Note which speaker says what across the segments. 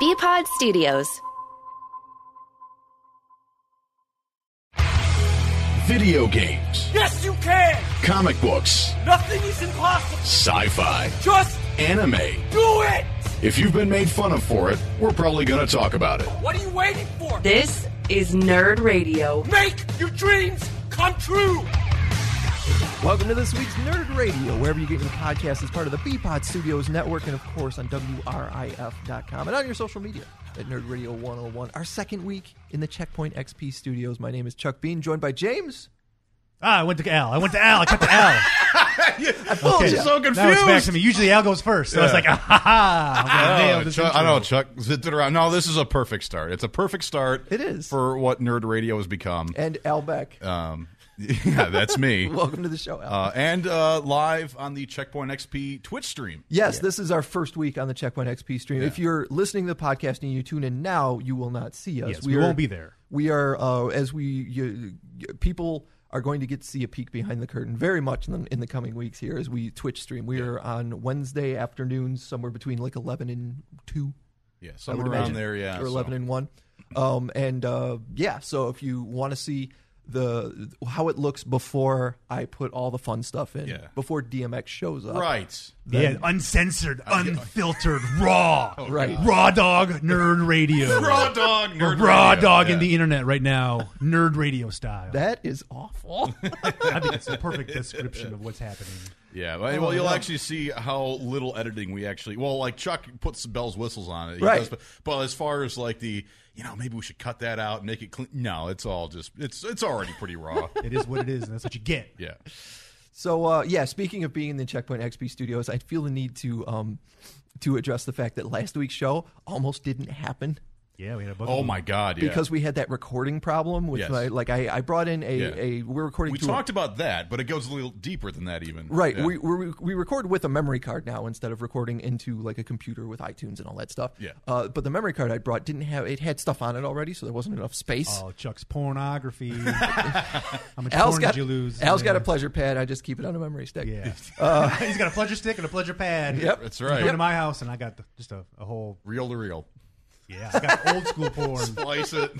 Speaker 1: Bpod Studios.
Speaker 2: Video games,
Speaker 3: Yes, you can!
Speaker 2: comic books,
Speaker 3: Nothing is impossible!
Speaker 2: sci fi,
Speaker 3: Just
Speaker 2: anime.
Speaker 3: do it!
Speaker 2: If you've been made fun of for it, we're probably going to talk about it.
Speaker 3: What are you waiting for?
Speaker 4: This is Nerd Radio.
Speaker 3: Make your dreams come true!
Speaker 5: Welcome to this week's Nerd Radio, wherever you get your podcasts as part of the Bpod Studios Network, and of course on WRIF.com and on your social media at Nerd Radio 101. Our second week in the Checkpoint XP Studios. My name is Chuck Bean, joined by James.
Speaker 6: Ah, I went to Al. I went to Al. I cut to Al.
Speaker 5: Okay.
Speaker 7: so
Speaker 6: Now it's back
Speaker 7: confused.
Speaker 6: to me. Usually Al goes first. So I was like, ah, ha, ha. I'm gonna nail
Speaker 7: Oh,
Speaker 6: this
Speaker 7: Chuck, I
Speaker 6: intro.
Speaker 7: know Chuck zipped it around. No, this is a perfect start. It's a perfect start.
Speaker 5: It is. Eh.
Speaker 7: for what nerd radio has become.
Speaker 5: And Al Beck.
Speaker 7: Um, yeah, that's me.
Speaker 5: Welcome to the show, Al.
Speaker 7: Uh, and uh, live on the Checkpoint XP Twitch stream.
Speaker 5: Yes, this is our first week on the Checkpoint XP stream. If you're listening to the podcast and you tune in now, you will not see us.
Speaker 6: Yes, we won't be there.
Speaker 5: We are uh, as we you, you- people are going to get to see a peek behind the curtain very much in the, in the coming weeks here as we Twitch stream. We are on Wednesday afternoons, somewhere between like eleven and two.
Speaker 7: Yeah,
Speaker 5: I would
Speaker 7: somewhere around
Speaker 5: imagine,
Speaker 7: there. Yeah,
Speaker 5: or eleven
Speaker 7: so.
Speaker 5: and one. Um, and uh, yeah, so if you want to see the how it looks before I put all the fun stuff in,
Speaker 7: Yeah.
Speaker 5: before DMX shows up,
Speaker 7: Right.
Speaker 6: Yeah, uncensored, unfiltered, raw,
Speaker 5: Right.
Speaker 6: raw dog nerd radio,
Speaker 7: Raw dog.
Speaker 6: We're
Speaker 7: Nerd
Speaker 6: raw
Speaker 7: radio.
Speaker 6: dog
Speaker 7: Yeah.
Speaker 6: in the internet right now, nerd radio style.
Speaker 5: That is awful.
Speaker 6: I think it's the perfect description of what's happening.
Speaker 7: Yeah, well, well, you'll actually see how little editing we actually. Well, like Chuck puts the bells whistles on it, He
Speaker 5: Right.
Speaker 7: does, but, but as far as like the, you know, maybe we should cut that out and make it clean. No, it's all just it's it's already pretty raw.
Speaker 6: It is what it is, and that's what you get.
Speaker 7: yeah,
Speaker 5: so uh, yeah, speaking of being in the Checkpoint XP studios, I feel the need to um, to address the fact that last week's show almost didn't happen
Speaker 6: Yeah, we had a bunch.
Speaker 7: Oh
Speaker 6: of-
Speaker 7: my god! Yeah.
Speaker 5: because we had that recording problem with
Speaker 7: Yes.
Speaker 5: my like I, I brought in a,
Speaker 7: Yeah.
Speaker 5: a we're recording
Speaker 7: we
Speaker 5: to a-
Speaker 7: talked about that, but it goes a little deeper than that even.
Speaker 5: Right,
Speaker 7: Yeah.
Speaker 5: we, we we record with a memory card now instead of recording into like a computer with iTunes and all that stuff.
Speaker 7: Yeah.
Speaker 5: Uh, but the memory card I brought didn't have it had stuff on it already, so there wasn't enough space.
Speaker 6: Oh, Chuck's pornography. How much
Speaker 5: Al's
Speaker 6: porn
Speaker 5: got
Speaker 6: did you lose?
Speaker 5: Al's got
Speaker 6: Yeah.
Speaker 5: a pleasure pad. I just keep it on a memory stick.
Speaker 6: Yeah, he's got a pleasure stick and a pleasure pad.
Speaker 5: Uh, Yep.
Speaker 7: that's
Speaker 6: Come
Speaker 7: right.
Speaker 6: to my house, and I got the, just a, a whole
Speaker 7: Real to real,
Speaker 6: yeah, I got old school porn.
Speaker 7: slice it.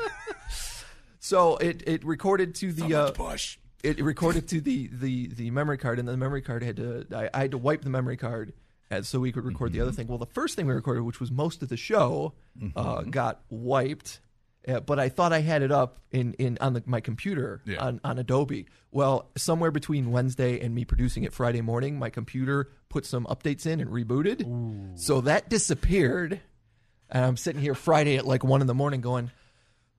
Speaker 5: So it it recorded to the uh,
Speaker 7: Push.
Speaker 5: it recorded to the, the, the memory card, and then the memory card had to I, I had to wipe the memory card as, so we could record the other thing. Well, the first thing we recorded, which was most of the show, uh, got wiped. Uh, but I thought I had it up in, in on the, my computer
Speaker 7: Yeah.
Speaker 5: on, on Adobe. Well, somewhere between Wednesday and me producing it Friday morning, my computer put some updates in and rebooted. So that disappeared. And I'm sitting here Friday at like one in the morning going,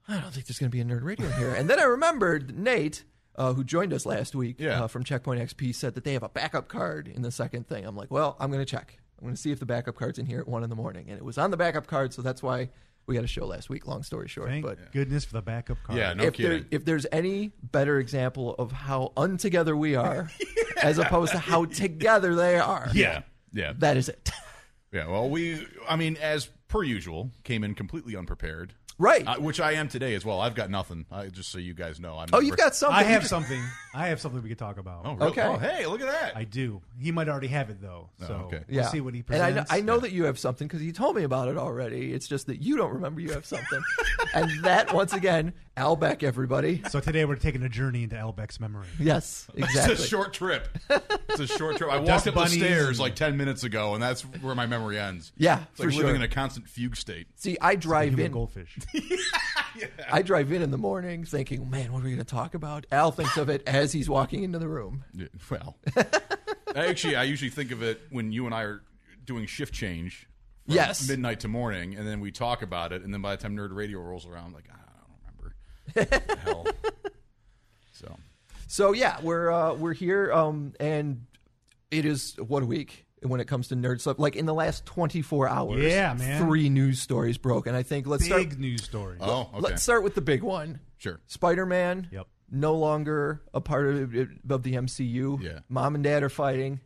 Speaker 5: I don't think there's going to be a nerd radio here. And then I remembered Nate, uh, who joined us last week
Speaker 7: Yeah.
Speaker 5: uh, from Checkpoint XP, said that they have a backup card in the second thing. I'm like, well, I'm going to check. I'm going to see if the backup card's in here at one in the morning. And it was on the backup card, so that's why we got a show last week. Long story short,
Speaker 6: Thank
Speaker 5: but
Speaker 6: goodness for the backup car.
Speaker 7: Yeah, no
Speaker 5: if there,
Speaker 7: kidding.
Speaker 5: if there's any better example of how untogether we are, as opposed to how together they are,
Speaker 7: yeah, yeah,
Speaker 5: that is it.
Speaker 7: yeah. Well, we, I mean, as per usual, came in completely unprepared.
Speaker 5: right.
Speaker 7: Uh, which I am today as well. I've got nothing. I, just so you guys know, I'm.
Speaker 5: oh,
Speaker 7: never-
Speaker 5: you've got something.
Speaker 6: I have something. I have something we could talk about.
Speaker 7: Oh, really?
Speaker 5: Okay.
Speaker 7: Oh, hey, look at that.
Speaker 6: I do. He might already have it though. So
Speaker 7: Oh, okay.
Speaker 6: we'll see what he
Speaker 5: And
Speaker 6: presents.
Speaker 5: I know, I know that you have something because you told me about it already. It's just that you don't remember you have something. and that, once again, Al Beck, everybody.
Speaker 6: So today we're taking a journey into Elbeck's memory.
Speaker 5: Yes, exactly.
Speaker 7: It's a short trip. It's a short trip. I
Speaker 6: Dust
Speaker 7: walked up the
Speaker 6: bunnies
Speaker 7: stairs
Speaker 6: and-
Speaker 7: like ten minutes ago, and that's where my memory ends.
Speaker 5: Yeah,
Speaker 7: it's like
Speaker 5: for
Speaker 7: living
Speaker 5: sure.
Speaker 7: in a constant fugue state.
Speaker 5: See, I drive
Speaker 6: Human
Speaker 5: in.
Speaker 6: goldfish.
Speaker 5: I drive in in the morning thinking, "Man, what are we going to talk about?" Al thinks of it as he's walking into the room.
Speaker 7: Yeah, Well, actually, I usually think of it when you and I are doing shift change. From
Speaker 5: Yes.
Speaker 7: midnight to morning, and then we talk about it, and then by the time Nerd Radio rolls around, I'm like "Ah, I don't remember. Hell. So
Speaker 5: So yeah, we're uh, we're here, um, and it is what a week when it comes to nerd stuff. Like in the last twenty four hours,
Speaker 6: Yeah, man.
Speaker 5: three news stories broke, and I think let's start.
Speaker 6: Big news story.
Speaker 7: oh, okay,
Speaker 5: Let's start with the big one.
Speaker 7: sure.
Speaker 5: Spider Man.
Speaker 6: Yep.
Speaker 5: No longer a part of, of the MCU.
Speaker 7: Yeah.
Speaker 5: Mom and dad are fighting,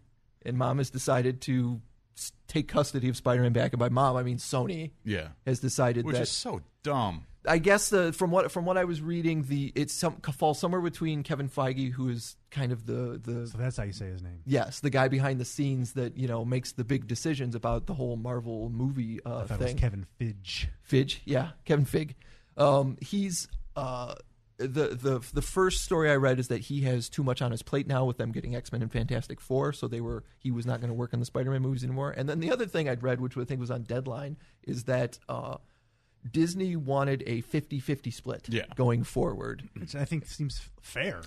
Speaker 5: and mom has decided to s- take custody of Spider Man back. And by mom, I mean Sony
Speaker 7: Yeah,
Speaker 5: has decided
Speaker 7: which
Speaker 5: that
Speaker 7: is so dumb.
Speaker 5: I guess the from what from what I was reading, the it's some falls somewhere between Kevin Feige, who is kind of the the
Speaker 6: So that's how you say his name.
Speaker 5: yes the guy behind the scenes that you know makes the big decisions about the whole Marvel movie uh,
Speaker 6: I thought it
Speaker 5: thing.
Speaker 6: was Kevin Fidge.
Speaker 5: Fidge, yeah, Kevin Fig. Um, he's uh, the the the first story I read is that he has too much on his plate now with them getting X Men and Fantastic Four, so they were he was not going to work on the Spider Man movies anymore. And then the other thing I'd read, which I think was on Deadline, is that uh, Disney wanted a 50-50 split
Speaker 7: Yeah.
Speaker 5: going forward.
Speaker 6: Which I think seems f- fair.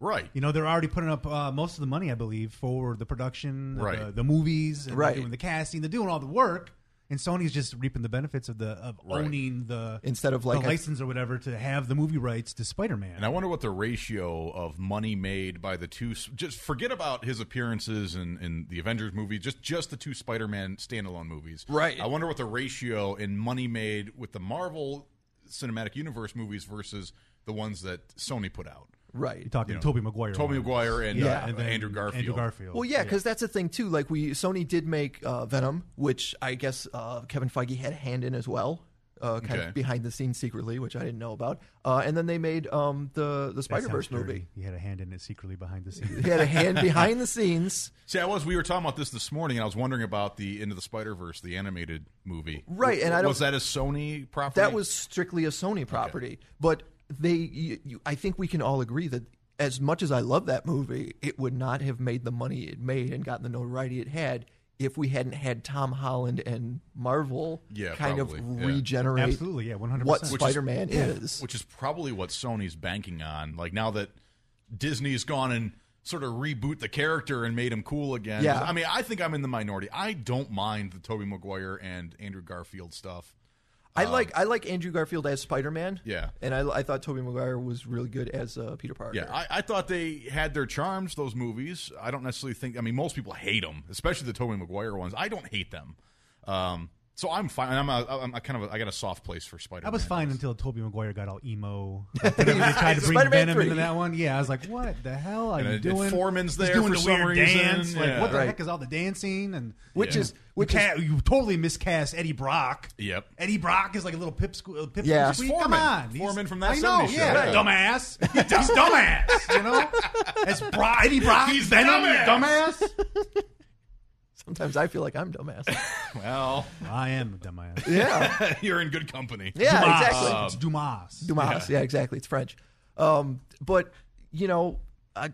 Speaker 7: Right.
Speaker 6: You know, they're already putting up uh, most of the money, I believe, for the production,
Speaker 7: Right.
Speaker 6: the, the movies, and
Speaker 5: Right.
Speaker 6: they're doing the casting, they're doing all the work, and Sony's just reaping the benefits of the of
Speaker 7: Right.
Speaker 6: owning the
Speaker 5: Instead of,
Speaker 6: the
Speaker 5: like, a-
Speaker 6: license or whatever to have the movie rights to Spider Man.
Speaker 7: And I wonder what the ratio of money made by the two. Just forget about his appearances in, in the Avengers movie. Just just the two Spider-Man standalone movies.
Speaker 5: Right.
Speaker 7: I wonder what the ratio in money made with the Marvel Cinematic Universe movies versus the ones that Sony put out.
Speaker 5: Right.
Speaker 6: You're
Speaker 7: You
Speaker 6: talking
Speaker 7: know,
Speaker 6: Tobey Maguire,
Speaker 7: Tobey
Speaker 6: ones.
Speaker 7: Maguire and,
Speaker 6: yeah,
Speaker 7: uh,
Speaker 6: and then
Speaker 7: Andrew Garfield.
Speaker 6: Andrew Garfield.
Speaker 5: Well, yeah, because that's the thing too. Like we Sony did make uh, Venom, which I guess uh, Kevin Feige had a hand in as well, uh, kind
Speaker 7: Okay.
Speaker 5: of behind the scenes secretly, which I didn't know about. Uh, and then they made um, the the
Speaker 6: That
Speaker 5: Spider Verse
Speaker 6: sounds dirty.
Speaker 5: movie.
Speaker 6: He had a hand in it secretly behind the scenes.
Speaker 5: He had a hand behind the scenes,
Speaker 7: See, I was we were talking about this this morning, and I was wondering about the Into the Spider Verse, the animated movie.
Speaker 5: right? And I don't.
Speaker 7: was that a Sony property?
Speaker 5: that was strictly a Sony property, but they. You, you, I think we can all agree that. As much as I love that movie, it would not have made the money it made and gotten the notoriety it had if we hadn't had Tom Holland and Marvel
Speaker 7: Yeah,
Speaker 5: kind
Speaker 7: probably,
Speaker 5: of
Speaker 7: yeah.
Speaker 5: regenerate
Speaker 6: Absolutely, yeah, one hundred
Speaker 5: what
Speaker 6: percent.
Speaker 7: Which is-
Speaker 5: Spider Man is.
Speaker 7: which is probably what Sony's banking on. Like now that Disney's gone and sort of reboot the character and made him cool again.
Speaker 5: Yeah.
Speaker 7: I mean, I think I'm in the minority. I don't mind the Tobey Maguire and Andrew Garfield stuff.
Speaker 5: I like I like Andrew Garfield as Spider Man.
Speaker 7: um, Yeah.
Speaker 5: and I, I thought Tobey Maguire was really good as uh, Peter Parker.
Speaker 7: Yeah, I, I thought they had their charms. Those movies. I don't necessarily think. I mean, most people hate them, especially the Tobey Maguire ones. I don't hate them. Um, so I'm fine. I'm, a, I'm a kind of. A, I got a soft place for Spider.
Speaker 6: I was fine until Tobey Maguire got all emo. Whenever they tried to bring
Speaker 5: Spider-Man
Speaker 6: Venom
Speaker 5: 3.
Speaker 6: into that one, yeah, I was like, "What the hell are
Speaker 7: And
Speaker 6: you
Speaker 7: it- it
Speaker 6: doing?"
Speaker 7: Foreman's there
Speaker 6: He's doing
Speaker 7: for
Speaker 6: the
Speaker 7: some
Speaker 6: weird
Speaker 7: reason,
Speaker 6: dance. Like,
Speaker 7: yeah.
Speaker 6: what the
Speaker 5: Right.
Speaker 6: heck is all the dancing? And
Speaker 5: Which
Speaker 7: Yeah.
Speaker 5: is
Speaker 6: you,
Speaker 5: which is
Speaker 6: ca- you totally miscast Eddie Brock.
Speaker 7: Yep.
Speaker 6: Eddie Brock is like a little pipsqueak. uh, pipsqueak.
Speaker 5: Yeah.
Speaker 6: Squeak. Come
Speaker 7: Foreman.
Speaker 6: on, He's-
Speaker 7: Foreman from that
Speaker 6: I know,
Speaker 7: 70s show,
Speaker 6: yeah,
Speaker 7: yeah.
Speaker 6: dumbass. He's dumbass. You know, that's Bro- Eddie Brock.
Speaker 7: He's
Speaker 6: Venom.
Speaker 7: dumbass.
Speaker 6: Dumbass.
Speaker 5: sometimes I feel like I'm dumbass.
Speaker 7: Well,
Speaker 6: I am a dumbass.
Speaker 5: yeah,
Speaker 7: you're in good company. Um,
Speaker 5: yeah,
Speaker 6: Dumas.
Speaker 5: exactly.
Speaker 6: It's Dumas.
Speaker 5: Dumas, yeah. exactly. It's French. Um, but you know, I,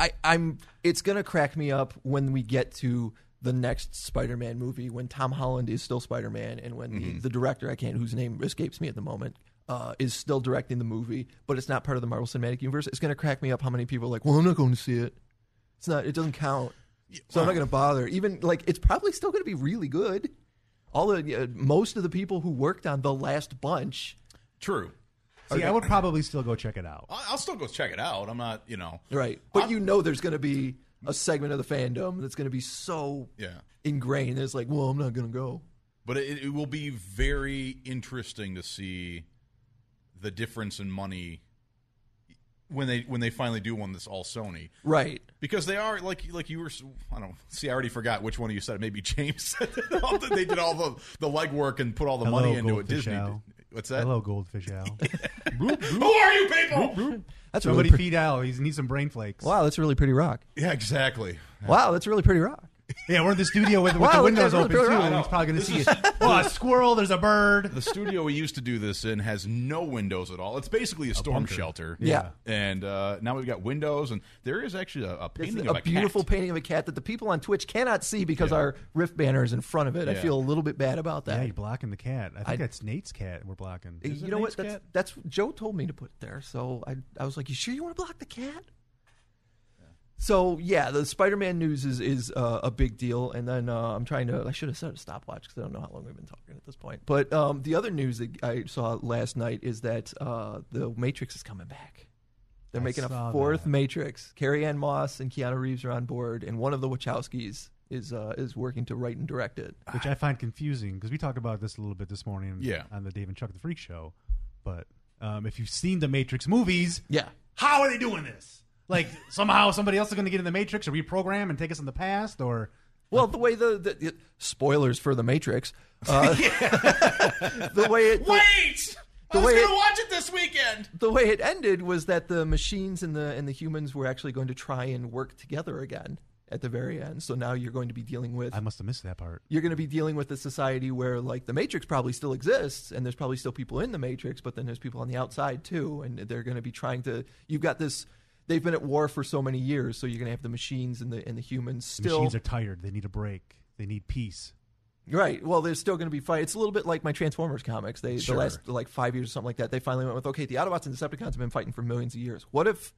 Speaker 5: I, I'm. It's gonna crack me up when we get to the next Spider-Man movie when Tom Holland is still Spider-Man and when the, the director I can't whose name escapes me at the moment. Uh, is still directing the movie, but it's not part of the Marvel Cinematic Universe. It's going to crack me up how many people are like, "Well, I'm not going to see it. It's not. It doesn't count. So I'm not going to bother. Even like, it's probably still going to be really good. All the uh, most of the people who worked on the last bunch
Speaker 7: True.
Speaker 6: See, I would probably still go check it out.
Speaker 7: I- I'll still go check it out. I'm not, you know.
Speaker 5: Right. But
Speaker 7: I'm-
Speaker 5: you know there's going to be a segment of the fandom that's going to be so
Speaker 7: Yeah.
Speaker 5: ingrained. It's like, well, I'm not going to go.
Speaker 7: But it, it will be very interesting to see the difference in money when they when they finally do one that's all Sony
Speaker 5: Right.
Speaker 7: because they are like like you were s- I don't see I already forgot which one of you said it. maybe James said it. All the- they did all the the legwork and put all the
Speaker 6: Hello,
Speaker 7: money into it
Speaker 6: Goldfish
Speaker 7: Disney
Speaker 6: Al.
Speaker 7: did- what's that
Speaker 6: Hello, Goldfish Al.
Speaker 7: who are you people
Speaker 5: That's
Speaker 6: Somebody
Speaker 5: really pre-
Speaker 6: feed Al. He needs some brain flakes.
Speaker 5: Wow, that's really pretty rock.
Speaker 7: yeah exactly
Speaker 5: Wow, that's really pretty rock.
Speaker 6: Yeah, we're in the studio with, with
Speaker 5: Wow,
Speaker 6: the
Speaker 5: look,
Speaker 6: windows
Speaker 5: there's a
Speaker 6: open too.
Speaker 5: little bird.
Speaker 6: and He's probably going to see it. Well, a squirrel. There's a bird.
Speaker 7: the studio we used to do this in has no windows at all it's basically a storm shelter
Speaker 5: Yeah.
Speaker 7: and uh, now we've got windows and there is actually a, a
Speaker 5: It's
Speaker 7: painting
Speaker 5: a,
Speaker 7: of a
Speaker 5: beautiful
Speaker 7: cat.
Speaker 5: painting of a cat that the people on Twitch cannot see because our riff banner is in front of it. I
Speaker 7: Yeah.
Speaker 5: feel a little bit bad about
Speaker 6: Yeah,
Speaker 5: that.
Speaker 6: you're blocking the cat. I think that's Nate's cat. We're blocking.
Speaker 5: you know what? That's, that's Joe told me to put it there. So I, I was like, you sure you want to block the cat? So yeah, the Spider-Man news is is uh, a big deal, and then uh, I'm trying to. I should have set a stopwatch because I don't know how long we've been talking at this point. But um, the other news that I saw last night is that uh, the Matrix is coming back. They're
Speaker 6: I
Speaker 5: making
Speaker 6: saw
Speaker 5: a fourth
Speaker 6: that.
Speaker 5: Matrix. Carrie Ann Moss and Keanu Reeves are on board, and one of the Wachowskis is uh, is working to write and direct it.
Speaker 6: which I find confusing because we talked about this a little bit this morning.
Speaker 7: Yeah.
Speaker 6: on the Dave and Chuck the Freak Show. But um, if you've seen the Matrix movies,
Speaker 5: Yeah,
Speaker 6: how are they doing this? Like somehow somebody else is going to get in the Matrix or reprogram and take us in the past, or
Speaker 5: Well, the way the, the, the- spoilers for the Matrix, uh, the way it, the,
Speaker 3: Wait!
Speaker 5: the way it,
Speaker 7: watch it this weekend.
Speaker 5: the way it ended was that the machines and the and the humans were actually going to try and work together again at the very end. So now you're going to be dealing with
Speaker 6: I must have missed that part.
Speaker 5: you're going to be dealing with a society where like the matrix probably still exists and there's probably still people in the matrix but then there's people on the outside too and they're going to be trying to you've got this they've been at war for so many years so you're going to have the machines and the and the humans
Speaker 6: The
Speaker 5: still
Speaker 6: machines are tired. They need a break. They need peace.
Speaker 5: right well there's still going to be fight it's a little bit like my transformers comics they
Speaker 6: Sure.
Speaker 5: the last like 5 years or something like that they finally went with okay the autobots and decepticons have been fighting for millions of years what if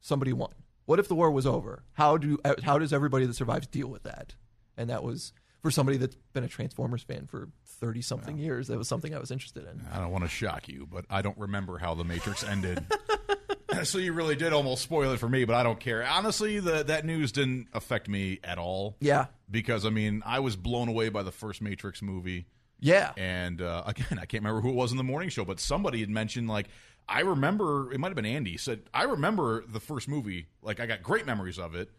Speaker 5: somebody won what if the war was over how do how does everybody that survives deal with that and that was for somebody that's been a transformers fan for 30 something years that was something i was interested in
Speaker 7: I don't want to shock you, but I don't remember how the Matrix ended. so you really did almost spoil it for me, but I don't care. Honestly, the, that news didn't affect me at all.
Speaker 5: yeah
Speaker 7: Because I mean, I was blown away by the first Matrix movie.
Speaker 5: yeah
Speaker 7: And uh, again, I can't remember who it was in the morning show, but somebody had mentioned like I remember it might have been Andy said I remember the first movie. Like I got great memories of it,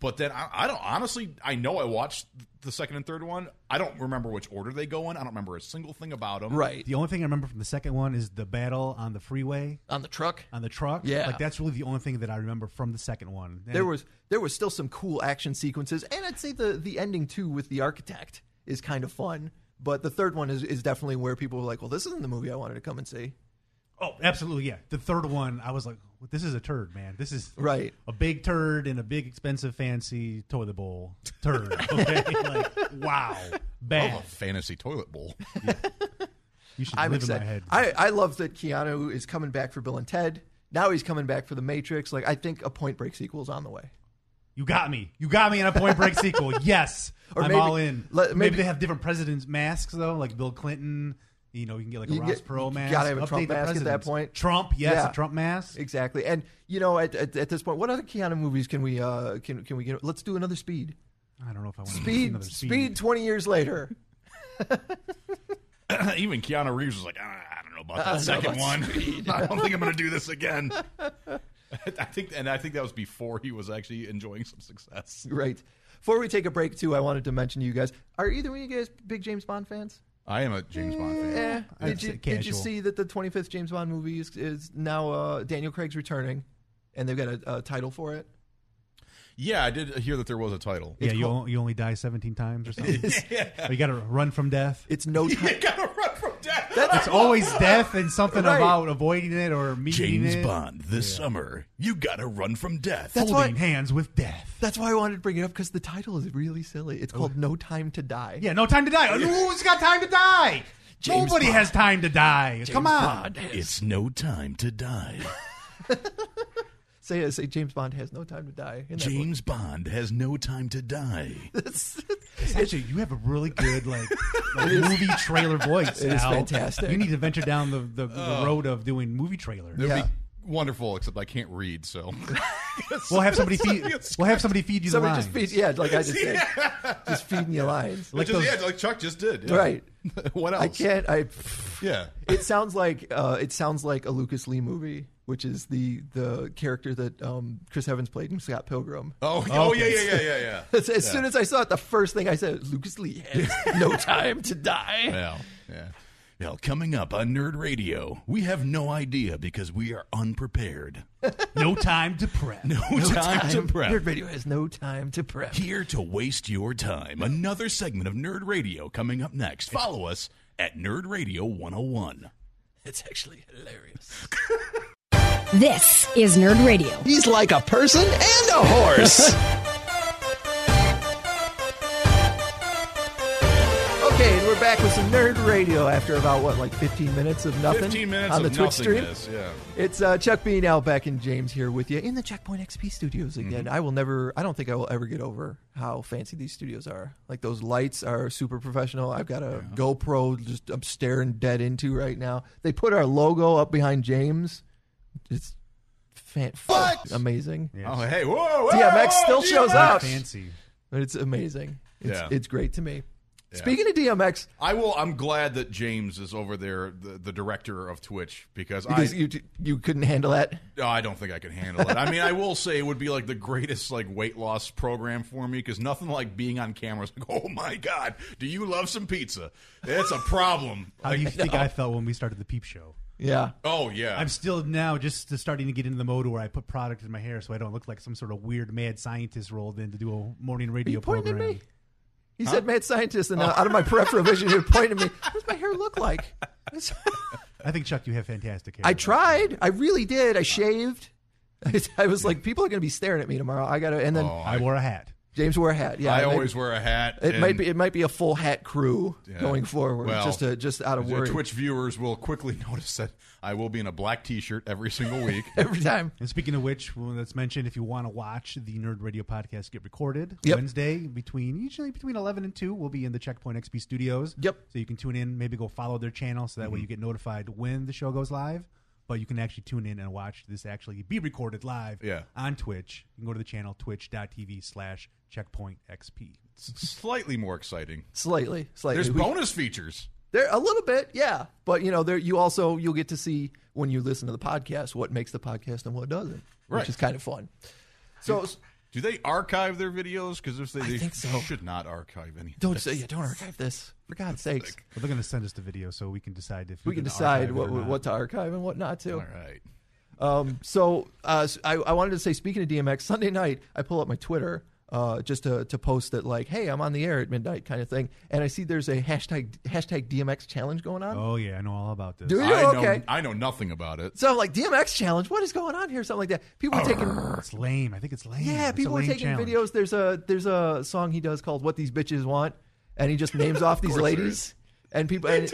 Speaker 7: but then I, I don't honestly. I know I watched the second and third one. I don't remember which order they go in. I don't remember a single thing about them.
Speaker 5: right
Speaker 6: The only thing I remember from the second one is the battle on the freeway
Speaker 5: on the truck
Speaker 6: on the truck.
Speaker 5: Yeah.
Speaker 6: like that's really the only thing that I remember from the second one. And
Speaker 5: there was there was still some cool action sequences, and I'd say the the ending too with the architect is kind of fun. But the third one is, is definitely where people were like, "Well, this isn't the movie I wanted to come and see."
Speaker 6: oh, absolutely, yeah. The third one, I was like, this is a turd, man. This is
Speaker 5: Right.
Speaker 6: a big turd in a big expensive fancy toilet bowl turd. Okay, like wow,
Speaker 7: I
Speaker 6: bad.
Speaker 7: love a fantasy toilet bowl.
Speaker 6: You should
Speaker 5: Oh, I'm
Speaker 6: live in my
Speaker 5: excited.
Speaker 6: head.
Speaker 5: I I love that Keanu is coming back for Bill and Ted. Now he's coming back for The Matrix. Like I think a Point Break sequel is on the way.
Speaker 6: You got me. You got me in a Point Break sequel. Yes,
Speaker 5: Or
Speaker 6: I'm
Speaker 5: maybe-
Speaker 6: all in.
Speaker 5: let-
Speaker 6: maybe,
Speaker 5: maybe-
Speaker 6: they have different presidents' masks though, like Bill Clinton. You know, you can get like a
Speaker 5: You
Speaker 6: Ross
Speaker 5: get-
Speaker 6: Perot
Speaker 5: you
Speaker 6: mask.
Speaker 5: gotta have a
Speaker 6: Update
Speaker 5: Trump
Speaker 6: the
Speaker 5: mask at that
Speaker 6: presidents.
Speaker 5: point.
Speaker 6: Trump, yes,
Speaker 5: Yeah.
Speaker 6: a Trump mask.
Speaker 5: Exactly. And you know, at, at, at this point, what other Keanu movies can we uh can can we get? Let's do another Speed.
Speaker 6: I don't know if I want to see
Speaker 5: Speed.
Speaker 6: another
Speaker 5: Speed. Twenty years later.
Speaker 7: Even Keanu Reeves was like, "Ah, I don't know about that
Speaker 5: don't know
Speaker 7: second
Speaker 5: about
Speaker 7: one. I don't think I'm going to do this again. I think, and I think that was before he was actually enjoying some success.
Speaker 5: Right. Before we take a break, too, I wanted to mention to you guys: Are either of you guys big James Bond fans?
Speaker 7: I am a James Bond fan.
Speaker 5: Eh,
Speaker 6: I'd
Speaker 5: did
Speaker 6: say
Speaker 5: you did you
Speaker 6: casual.
Speaker 5: see that the 25th James Bond movie is, is now uh, Daniel Craig's returning, and they've got a, a title for it.
Speaker 7: Yeah, I did hear that there was a title.
Speaker 6: Yeah, you, on- you only die 17 times or something. Or you got to run from death.
Speaker 5: It's no time.
Speaker 7: gotta run from death.
Speaker 6: It's always death and something
Speaker 5: Right.
Speaker 6: about avoiding it or meeting
Speaker 7: James
Speaker 6: it.
Speaker 7: Bond this summer. You gotta run from death.
Speaker 5: That's
Speaker 6: Holding
Speaker 5: why-
Speaker 6: hands with death.
Speaker 5: That's why I wanted to bring it up because the title is really silly. It's called No Time to Die.
Speaker 6: Oh. Yeah, no time to die. Who's got time to die?
Speaker 5: James
Speaker 6: Nobody
Speaker 5: Bond.
Speaker 6: has time to die. Come on.
Speaker 7: It's no time to die.
Speaker 5: Say say James Bond has no time to die. In that movie.
Speaker 7: James Bond has no time to die.
Speaker 6: Actually, you have a really good like, like movie trailer voice.
Speaker 5: It is
Speaker 6: Al.
Speaker 5: fantastic. Oh.
Speaker 6: You need to venture down the, the, the road of doing movie trailers.
Speaker 7: It'd
Speaker 5: Yeah.
Speaker 7: be wonderful, except I can't read, so
Speaker 6: We'll have somebody feed. We'll have somebody feed you the
Speaker 5: Somebody
Speaker 6: lines.
Speaker 5: just feed, yeah, like I just said, just feeding you lines.
Speaker 6: Like
Speaker 7: Just-
Speaker 6: those-
Speaker 7: yeah, like Chuck just did. yeah.
Speaker 5: Right.
Speaker 7: what else?
Speaker 5: I can't. I.
Speaker 7: Yeah.
Speaker 5: It sounds like uh, it sounds like a Lucas Lee movie, which is the the character that um, Chris Evans played in Scott Pilgrim.
Speaker 7: Oh, oh yeah, yeah, yeah, yeah, yeah.
Speaker 5: As, as soon as I saw it, the first thing I said, Lucas Lee has no time to die.
Speaker 7: Yeah, yeah. Well, coming up on Nerd Radio, we have no idea because we are unprepared.
Speaker 6: no time to prep.
Speaker 7: No time, to prep.
Speaker 5: Nerd Radio has no time to prep.
Speaker 7: Here to waste your time. Another segment of Nerd Radio coming up next. Follow us at Nerd Radio 101.
Speaker 5: It's actually hilarious.
Speaker 1: This is Nerd Radio.
Speaker 5: He's like a person and a horse. okay, and we're back with some Nerd Radio after about, what, like 15 minutes of nothing?
Speaker 7: 15 minutes
Speaker 5: on the
Speaker 7: of
Speaker 5: Twitch stream?
Speaker 7: nothingness, yeah.
Speaker 5: It's uh, Chuck Bean, Outback, and James here with you in the Checkpoint XP studios again.
Speaker 7: Mm-hmm.
Speaker 5: I will never, I don't think I will ever get over how fancy these studios are. Like those lights are super professional. I've got a GoPro just I'm staring dead into right now. They put our logo up behind James. It's fan-
Speaker 7: What?
Speaker 5: amazing.
Speaker 7: Oh, hey, whoa, whoa.
Speaker 5: DMX still shows up,
Speaker 6: Fancy.
Speaker 5: but it's amazing. It's,
Speaker 7: Yeah.
Speaker 5: it's great to me. Speaking of DMX,
Speaker 7: I will. I'm glad that James is over there, the, the director of Twitch, because,
Speaker 5: because
Speaker 7: I
Speaker 5: you you couldn't handle that.
Speaker 7: oh, I don't think I can handle it. I mean, I will say it would be like the greatest like weight loss program for me because nothing like being on camera is like, oh my god, do you love some pizza? It's a problem.
Speaker 6: How do you think I felt when we started the Peep Show?
Speaker 5: Yeah.
Speaker 7: Oh yeah,
Speaker 6: I'm still now just starting to get into the mode where I put product in my hair so I don't look like some sort of weird mad scientist rolled in to do a morning
Speaker 5: Are
Speaker 6: radio
Speaker 5: you pointing
Speaker 6: program.
Speaker 5: at me? You said mad scientist,
Speaker 7: Oh.
Speaker 5: and uh, out of my peripheral vision, you're pointing at me. What does my hair look like?
Speaker 6: I think Chuck, you have fantastic hair.
Speaker 5: I tried. I really did. I shaved. I was like, people are going to be staring at me tomorrow. I got to. And then
Speaker 7: Oh,
Speaker 6: I wore a hat.
Speaker 5: James wore a hat. Yeah,
Speaker 7: I
Speaker 5: it may-
Speaker 7: always wear a hat.
Speaker 5: It might
Speaker 7: and-
Speaker 5: be. It might be a full hat crew
Speaker 7: Yeah.
Speaker 5: going forward.
Speaker 7: Well,
Speaker 5: just to, just out of
Speaker 7: the
Speaker 5: worry.
Speaker 7: Twitch viewers will quickly notice that I will be in a black T-shirt every single week.
Speaker 5: every time.
Speaker 6: And speaking of which, well, let's mention if you want to watch the Nerd Radio podcast get recorded
Speaker 5: Yep.
Speaker 6: Wednesday between usually between eleven and two, we'll be in the Checkpoint XP studios.
Speaker 5: Yep. Mm-hmm.
Speaker 6: So you can tune in, maybe go follow their channel, so that way you get notified when the show goes live. But you can actually tune in and watch this actually be recorded live
Speaker 7: Yeah.
Speaker 6: on Twitch. You can go to the channel twitch.tv slash checkpoint XP.
Speaker 7: It's slightly more exciting.
Speaker 5: Slightly, slightly.
Speaker 7: There's
Speaker 5: We-
Speaker 7: bonus features.
Speaker 5: there a little bit, yeah. But you know, there you also you'll get to see when you listen to the podcast what makes the podcast and what doesn't,
Speaker 7: Right.
Speaker 5: which is kind of fun. So
Speaker 7: Do they archive their videos? Because if they, they
Speaker 5: think so.
Speaker 7: should not archive any.
Speaker 5: don't say, yeah, don't archive this for God's sakes.
Speaker 6: Well, they're going to send us the video so we can decide if
Speaker 5: We can
Speaker 6: archive
Speaker 5: decide
Speaker 6: it
Speaker 5: what
Speaker 6: or not.
Speaker 5: what to archive and what not to.
Speaker 7: All right.
Speaker 5: Um, so uh, s- I, I wanted to say, speaking of DMX, Sunday night I pull up my Twitter uh, just to, to post that like, hey, I'm on the air at midnight kind of thing, and I see there's a hashtag hashtag DMX challenge going on.
Speaker 6: Oh yeah, I know all about this.
Speaker 5: Do you?
Speaker 7: I know,
Speaker 5: okay.
Speaker 7: I know nothing about it.
Speaker 5: So I'm like, DMX challenge, what is going on here? Something like that. People are taking
Speaker 6: It's lame. I think it's lame.
Speaker 5: Yeah,
Speaker 6: It's a
Speaker 5: people were
Speaker 6: lame
Speaker 5: taking
Speaker 6: challenge.
Speaker 5: videos. There's a there's a song he does called "What These Bitches Want," and he just names off these
Speaker 7: course there
Speaker 5: ladies and people. And,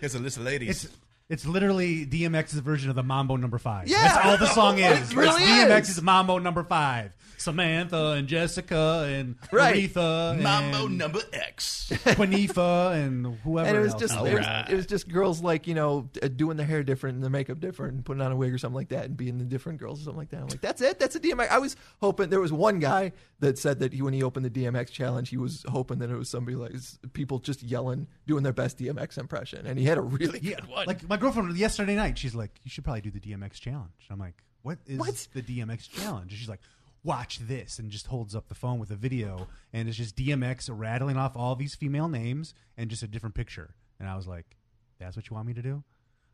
Speaker 7: It's a list of ladies.
Speaker 6: It's it's literally DMX's version of the Mambo Number Five.
Speaker 5: Yeah.
Speaker 6: that's all the song is.
Speaker 5: really
Speaker 6: it's DMX's
Speaker 5: is.
Speaker 6: Mambo Number Five. Samantha and Jessica and
Speaker 5: Right.
Speaker 6: Aretha
Speaker 7: Mambo
Speaker 6: and
Speaker 7: number X.
Speaker 6: Quanifa and whoever.
Speaker 5: and it was
Speaker 6: else.
Speaker 5: just
Speaker 6: Oh,
Speaker 5: it was,
Speaker 7: Alright.
Speaker 5: it was just girls like you know d- uh, doing their hair different and their makeup different and putting on a wig or something like that and being the different girls or something like that. I'm like, that's it. That's a DMX. I was hoping there was one guy that said that he, when he opened the DMX challenge, he was hoping that it was somebody like s- people just yelling, doing their best DMX impression, and he had a really good one.
Speaker 6: like my girlfriend yesterday night. She's like, "You should probably do the DMX challenge." I'm like, "What is
Speaker 5: What?
Speaker 6: the DMX challenge?" And she's like. Watch this, and just holds up the phone with a video, and it's just DMX rattling off all these female names and just a different picture. And I was like, "That's what you want me to do?"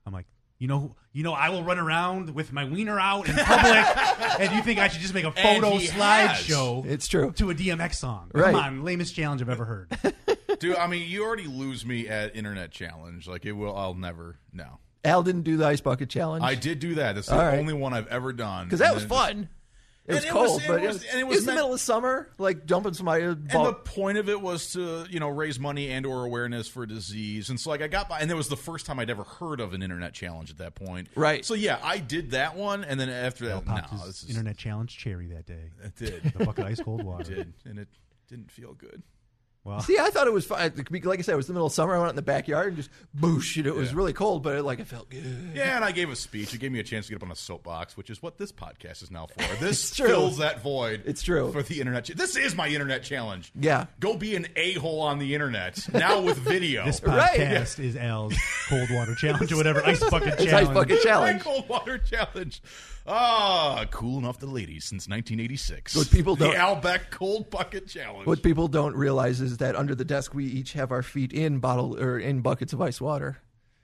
Speaker 6: I'm like, "You know, you know, I will run around with my wiener out in public, and you think I should just make a
Speaker 7: And
Speaker 6: photo
Speaker 7: he has.
Speaker 6: slideshow?
Speaker 5: It's true.
Speaker 6: to a DMX song.
Speaker 5: Right.
Speaker 6: Come on, lamest challenge I've ever heard.
Speaker 7: Dude, I mean, you already lose me at internet challenge. Like it will. I'll never. No.
Speaker 5: Al didn't do the ice bucket challenge.
Speaker 7: I did do that. That's the
Speaker 5: All right.
Speaker 7: only one I've ever done.
Speaker 5: because that
Speaker 7: And
Speaker 5: was
Speaker 7: it-
Speaker 5: fun. It
Speaker 7: And
Speaker 5: was
Speaker 7: it was-
Speaker 5: cold,
Speaker 7: it
Speaker 5: but
Speaker 7: was-
Speaker 5: it was,
Speaker 7: and it
Speaker 5: it
Speaker 7: was
Speaker 5: was the
Speaker 7: meant-
Speaker 5: middle of summer, like dumping somebody.
Speaker 7: And the point of it was to you know raise money and or awareness for disease. And so like I got by, and it was the first time I'd ever heard of an internet challenge at that point.
Speaker 5: Right.
Speaker 7: So yeah, I did that one, and then after that, no,
Speaker 6: Popped his
Speaker 7: this is,
Speaker 6: internet challenge cherry that day.
Speaker 7: it did,
Speaker 6: The bucket of ice cold water.
Speaker 7: It did, and it didn't feel good.
Speaker 6: Well,
Speaker 5: See, I thought it was fun. Like I said, it was the middle of summer. I went out in the backyard and just boosh, and it was
Speaker 7: Yeah.
Speaker 5: really cold, but it, like it felt good.
Speaker 7: Yeah, and I gave a speech. It gave me a chance to get up on a soapbox, which is what this podcast is now for. This
Speaker 5: It's true.
Speaker 7: fills that void.
Speaker 5: It's true.
Speaker 7: for the internet. Cha- this is my internet challenge.
Speaker 5: Yeah.
Speaker 7: go be an a hole on the internet now with video.
Speaker 6: this
Speaker 5: Right.
Speaker 6: podcast is Al's cold water challenge or whatever ice bucket
Speaker 5: It's ice
Speaker 6: challenge.
Speaker 5: bucket challenge.
Speaker 7: Cold water challenge. Ah, cool enough the ladies since 1986.
Speaker 5: What people
Speaker 7: the
Speaker 5: don't-
Speaker 7: Al Beck cold bucket challenge.
Speaker 5: What people don't realize is that under the desk, we each have our feet in bottle or in buckets of ice water.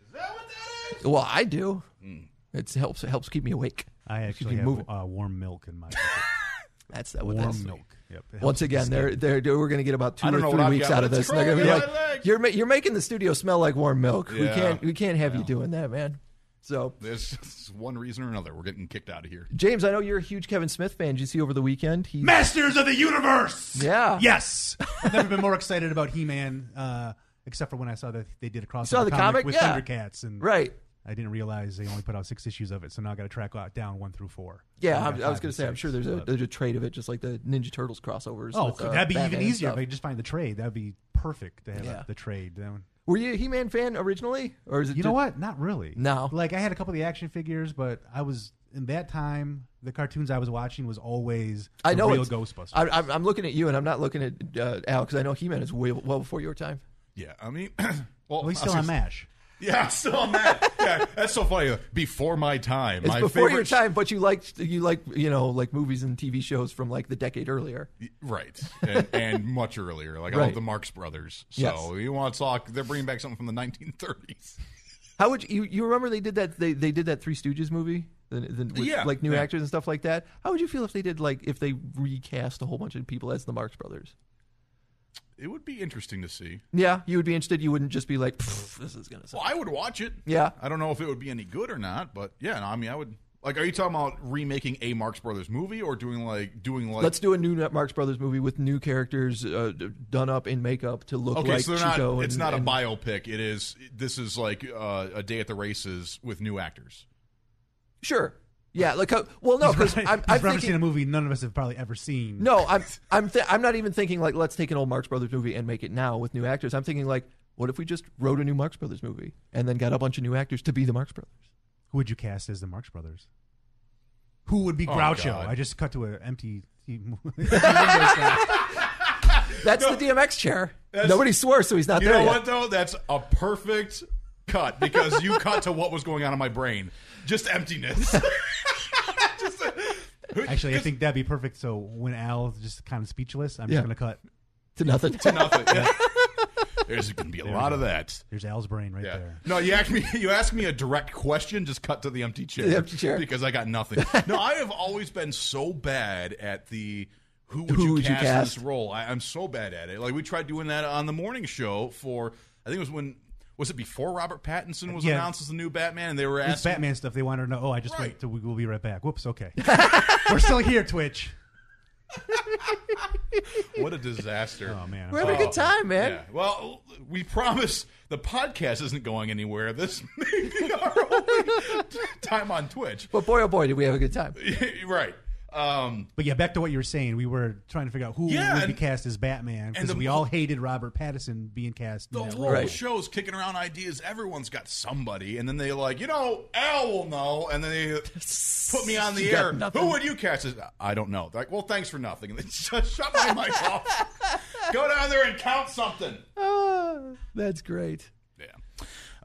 Speaker 7: is that what that is?
Speaker 5: Well, I do.
Speaker 7: Mm.
Speaker 5: It helps. It helps keep me awake.
Speaker 6: I actually
Speaker 5: you
Speaker 6: have
Speaker 5: move it.
Speaker 6: uh, warm milk in my bucket.
Speaker 5: That's that. What
Speaker 6: warm
Speaker 5: that's
Speaker 6: milk. Yep. it helps
Speaker 5: Once
Speaker 6: with the
Speaker 5: again, they're,
Speaker 6: skin.
Speaker 5: they're, they're- we're going to get about two
Speaker 7: I don't
Speaker 5: or
Speaker 7: know
Speaker 5: three
Speaker 7: what I've
Speaker 5: weeks
Speaker 7: got,
Speaker 5: out
Speaker 7: but
Speaker 5: of
Speaker 7: it's
Speaker 5: this. and they're
Speaker 7: crawling
Speaker 5: gonna
Speaker 7: in
Speaker 5: be
Speaker 7: my leg.
Speaker 5: like, "You're ma- you're making the studio smell like warm milk. We
Speaker 7: Yeah.
Speaker 5: can't we can't have you doing that, man." So,
Speaker 7: There's just one reason or another. We're getting kicked out of here.
Speaker 5: James, I know you're a huge Kevin Smith fan. Did you see over the weekend? He
Speaker 6: Masters of the Universe.
Speaker 5: Yeah.
Speaker 6: Yes. I've never been more excited about He-Man, uh, except for when I saw that they did a crossover
Speaker 5: saw the comic?
Speaker 6: with
Speaker 5: Yeah.
Speaker 6: Thundercats, and
Speaker 5: right.
Speaker 6: I didn't realize they only put out six issues of it, so now I got to track out- down one through four.
Speaker 5: Yeah,
Speaker 6: And
Speaker 5: I,
Speaker 6: got
Speaker 5: I was
Speaker 6: five
Speaker 5: going to
Speaker 6: and
Speaker 5: say, I'm
Speaker 6: six,
Speaker 5: sure there's a,
Speaker 6: but-
Speaker 5: there's a trade of it, just like the Ninja Turtles crossovers.
Speaker 6: Oh,
Speaker 5: with, uh,
Speaker 6: that'd be
Speaker 5: Batman
Speaker 6: even
Speaker 5: and
Speaker 6: easier if
Speaker 5: stuff.
Speaker 6: I could just find the trade. That'd be perfect to have uh,
Speaker 5: Yeah.
Speaker 6: the trade. That one.
Speaker 5: Were you a He-Man fan originally, or is it?
Speaker 6: You know what? Not really.
Speaker 5: No.
Speaker 6: Like I had a couple of the action figures, but I was in that time. The cartoons I was watching was always
Speaker 5: I
Speaker 6: the
Speaker 5: know
Speaker 6: real
Speaker 5: it's-
Speaker 6: Ghostbusters.
Speaker 5: I, I'm, I'm looking at you, and I'm not looking at uh, Al because I know He-Man is way, well before your time.
Speaker 7: Yeah, I mean, well, I
Speaker 6: well, he's
Speaker 7: was
Speaker 6: still on
Speaker 7: gonna-
Speaker 6: Mash.
Speaker 7: Yeah, I'm still on that. yeah, that's so funny. Before my time,
Speaker 5: It's
Speaker 7: my
Speaker 5: before
Speaker 7: favorite
Speaker 5: your time, but you liked you like you know like movies and TV shows from like the decade earlier.
Speaker 7: Right. And, and much earlier. Like, I love
Speaker 5: Right.
Speaker 7: the Marx Brothers. So,
Speaker 5: Yes.
Speaker 7: you want to talk, they're bringing back something from the 1930s.
Speaker 5: How would you, you remember they did that? They, they did that Three Stooges movie, the, the, with,
Speaker 7: Yeah,
Speaker 5: like new
Speaker 7: yeah.
Speaker 5: actors and stuff like that. How would you feel if they did like if they recast a whole bunch of people as the Marx Brothers?
Speaker 7: It would be interesting to see.
Speaker 5: Yeah, you would be interested. You wouldn't just be like, "Pfft, this is gonna. Suck.
Speaker 7: Well, I would watch it.
Speaker 5: Yeah.
Speaker 7: I don't know if it would be any good or not, but yeah, no, I mean, I would. Like, are you talking about remaking a Marx Brothers movie or doing like doing like?
Speaker 5: Let's do a new Marx Brothers movie with new characters uh, d- done up in makeup to look
Speaker 7: okay,
Speaker 5: like
Speaker 7: so they're
Speaker 5: Chico.
Speaker 7: not.
Speaker 5: and,
Speaker 7: It's not a
Speaker 5: and-
Speaker 7: biopic. It is. This is like uh, a day at the races with new actors.
Speaker 5: Sure. Yeah. Like, how- well, no, because I'm, I'm
Speaker 6: I've never seen a
Speaker 5: thinking.
Speaker 6: movie none of us have probably ever seen.
Speaker 5: No, I'm I'm th- I'm not even thinking like let's take an old Marx Brothers movie and make it now with new actors. I'm thinking like, what if we just wrote a new Marx Brothers movie and then got a bunch of new actors to be the Marx Brothers?
Speaker 6: Who would you cast as the Marx Brothers? Who would
Speaker 5: Oh,
Speaker 6: be Groucho?
Speaker 7: God.
Speaker 6: I just cut to an empty.
Speaker 5: That's the DMX chair. Nobody swore, so he's not
Speaker 7: You
Speaker 5: there.
Speaker 7: know
Speaker 5: yet.
Speaker 7: what though? That's a perfect cut because you cut to what was going on in my brain. Just emptiness. Just a-
Speaker 6: Actually, I think that'd be perfect. So when Al's just kind of speechless, I'm
Speaker 5: Yeah.
Speaker 6: just going to cut.
Speaker 5: To nothing.
Speaker 7: nothing. There's going to be a lot of that.
Speaker 6: There's Al's brain right
Speaker 7: Yeah.
Speaker 6: there.
Speaker 7: No, you asked me. You asked me a direct question. Just cut to the empty chair.
Speaker 5: The empty chair.
Speaker 7: Because I got nothing. no, I have always been so bad at the who would,
Speaker 5: Who
Speaker 7: you,
Speaker 5: would you
Speaker 7: cast in this
Speaker 5: cast?
Speaker 7: role. I, I'm so bad at it. Like we tried doing that on the morning show for. I think it was when was it before Robert Pattinson was
Speaker 6: Yeah.
Speaker 7: announced as the new Batman, and they were
Speaker 6: This
Speaker 7: asking
Speaker 6: Batman stuff, they wanted to know. Oh, I just
Speaker 7: Right.
Speaker 6: wait till we, we'll be right back. Whoops. Okay, we're still here. Twitch.
Speaker 7: What a disaster.
Speaker 6: Oh man, I'm
Speaker 5: We're having a good time, man.
Speaker 7: Yeah. Well, we promise the podcast isn't going anywhere. This may be our only time on Twitch.
Speaker 5: But boy, oh boy, did we have a good time.
Speaker 7: right. Um,
Speaker 6: But yeah, back to what you were saying. We were trying to figure out who
Speaker 7: Yeah,
Speaker 6: would be
Speaker 7: and-
Speaker 6: cast as Batman
Speaker 7: and
Speaker 6: because
Speaker 7: the-
Speaker 6: we all hated Robert Pattinson being cast.
Speaker 7: the
Speaker 6: in that
Speaker 7: whole
Speaker 6: role.
Speaker 5: Right.
Speaker 7: show's kicking around ideas. Everyone's got somebody, and then they like, you know, Al will know, and then they put me on the
Speaker 5: You got
Speaker 7: air.
Speaker 5: nothing.
Speaker 7: Who would you catch? As, I don't know. They're like, well, thanks for nothing. And they just shut my mic off. Go down there and count something.
Speaker 5: Ah, that's great.
Speaker 7: Yeah.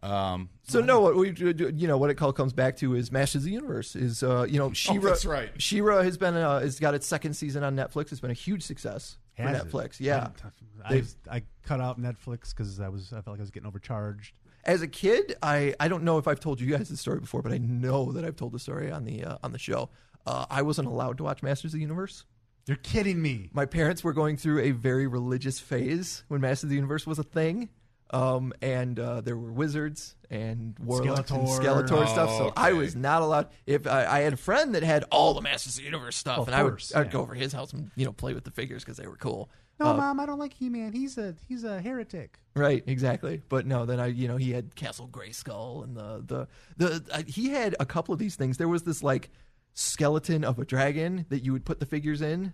Speaker 7: Um,
Speaker 5: So no, what we do- do- you know what it all comes back to is Masters of the Universe is uh, you know Shira.
Speaker 7: that's right.
Speaker 5: Shira has been uh, has got its second season on Netflix. It's been a huge success
Speaker 6: Has
Speaker 5: for
Speaker 6: it?
Speaker 5: Netflix. Yeah,
Speaker 6: I, I, I cut out Netflix because I was I felt like I was getting overcharged.
Speaker 5: as a kid, I, I don't know if I've told you guys this story before, but I know that I've told the story on the uh, on the show. Uh, I wasn't allowed to watch Masters of the Universe.
Speaker 6: You're kidding me.
Speaker 5: My parents were going through a very religious phase when Masters of the Universe was a thing. Um, and uh, there were wizards and warlocks and
Speaker 6: Skeletor.
Speaker 5: Skeletor stuff. So I
Speaker 7: Okay.
Speaker 5: was not allowed. If I, I had a friend that had all the Masters of the Universe stuff,
Speaker 6: Of
Speaker 5: and I would
Speaker 6: course,
Speaker 5: I'd
Speaker 6: yeah.
Speaker 5: go over to his house and you know play with the figures because they were cool.
Speaker 6: No, mom, I don't like He Man. He's a he's a heretic.
Speaker 5: Right, exactly. But no, then I, you know, he had Castle Grayskull and the the the uh, he had a couple of these things. There was this like skeleton of a dragon that you would put the figures in.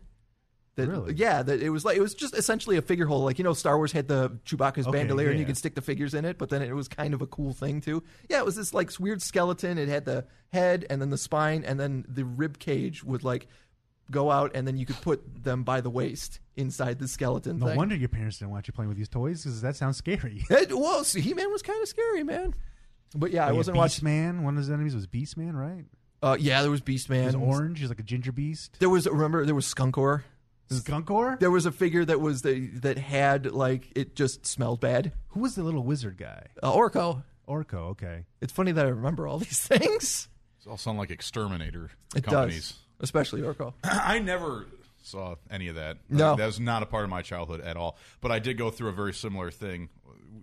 Speaker 5: That,
Speaker 6: Really?
Speaker 5: Yeah, that it was like it was just essentially a figure hole. Like you know, Star Wars had the Chewbacca's
Speaker 6: Okay,
Speaker 5: bandolier, and you
Speaker 6: yeah.
Speaker 5: could stick the figures in it. But then it was kind of a cool thing too. Yeah, it was this like weird skeleton. It had the head and then the spine and then the rib cage would like go out, and then you could put them by the waist inside the skeleton.
Speaker 6: No
Speaker 5: thing.
Speaker 6: wonder your parents didn't want you playing with these toys because that sounds scary.
Speaker 5: It was. He Man was kind of scary, man. But yeah, I wasn't
Speaker 6: Beast
Speaker 5: watching.
Speaker 6: Man. One of his enemies was Beast Man, right?
Speaker 5: Uh, yeah, there was Beast Man.
Speaker 6: He was orange. He was like a ginger beast.
Speaker 5: There was remember there was Skunkor.
Speaker 6: Skunkor.
Speaker 5: There was a figure that was the that had like it just smelled bad.
Speaker 6: Who was the little wizard guy?
Speaker 5: Uh, Orko.
Speaker 6: Orko. Okay.
Speaker 5: It's funny that I remember all these things.
Speaker 7: They all sound like exterminator
Speaker 5: It
Speaker 7: companies.
Speaker 5: does, especially Orko.
Speaker 7: I never saw any of that.
Speaker 5: No.
Speaker 7: that was not a part of my childhood at all. But I did go through a very similar thing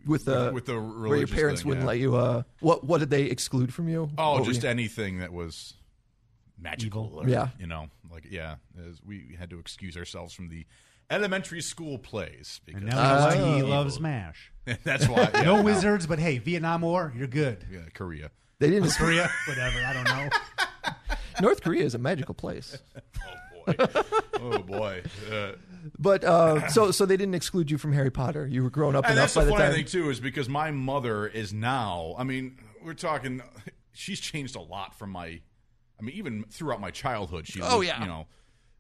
Speaker 5: With the
Speaker 7: with the
Speaker 5: where your
Speaker 7: religious
Speaker 5: parents
Speaker 7: thing,
Speaker 5: wouldn't
Speaker 7: yeah.
Speaker 5: let you. Uh, what what did they exclude from you? What
Speaker 7: Oh,
Speaker 5: were
Speaker 7: just
Speaker 5: you-
Speaker 7: anything that was magical.
Speaker 6: Evil.
Speaker 7: or,
Speaker 5: Yeah.
Speaker 7: you know, like yeah, as we had to excuse ourselves from the elementary school plays because
Speaker 5: Uh,
Speaker 6: And now we know why he
Speaker 7: Evil.
Speaker 6: loves Mash.
Speaker 7: that's why yeah,
Speaker 6: No wizards, but hey, Vietnam War, you're good.
Speaker 7: yeah, Korea.
Speaker 5: they didn't.
Speaker 6: Korea, whatever. I don't know.
Speaker 5: North Korea is a magical place.
Speaker 7: Oh boy, oh boy. Uh,
Speaker 5: But uh, so so they didn't exclude you from Harry Potter. You were grown up
Speaker 7: And that's
Speaker 5: enough by
Speaker 7: the
Speaker 5: the
Speaker 7: funny
Speaker 5: time.
Speaker 7: thing too is because my mother is now. I mean, we're talking. She's changed a lot from my. I mean, even throughout my childhood, she.
Speaker 5: Oh,
Speaker 7: lived,
Speaker 5: yeah.
Speaker 7: You know,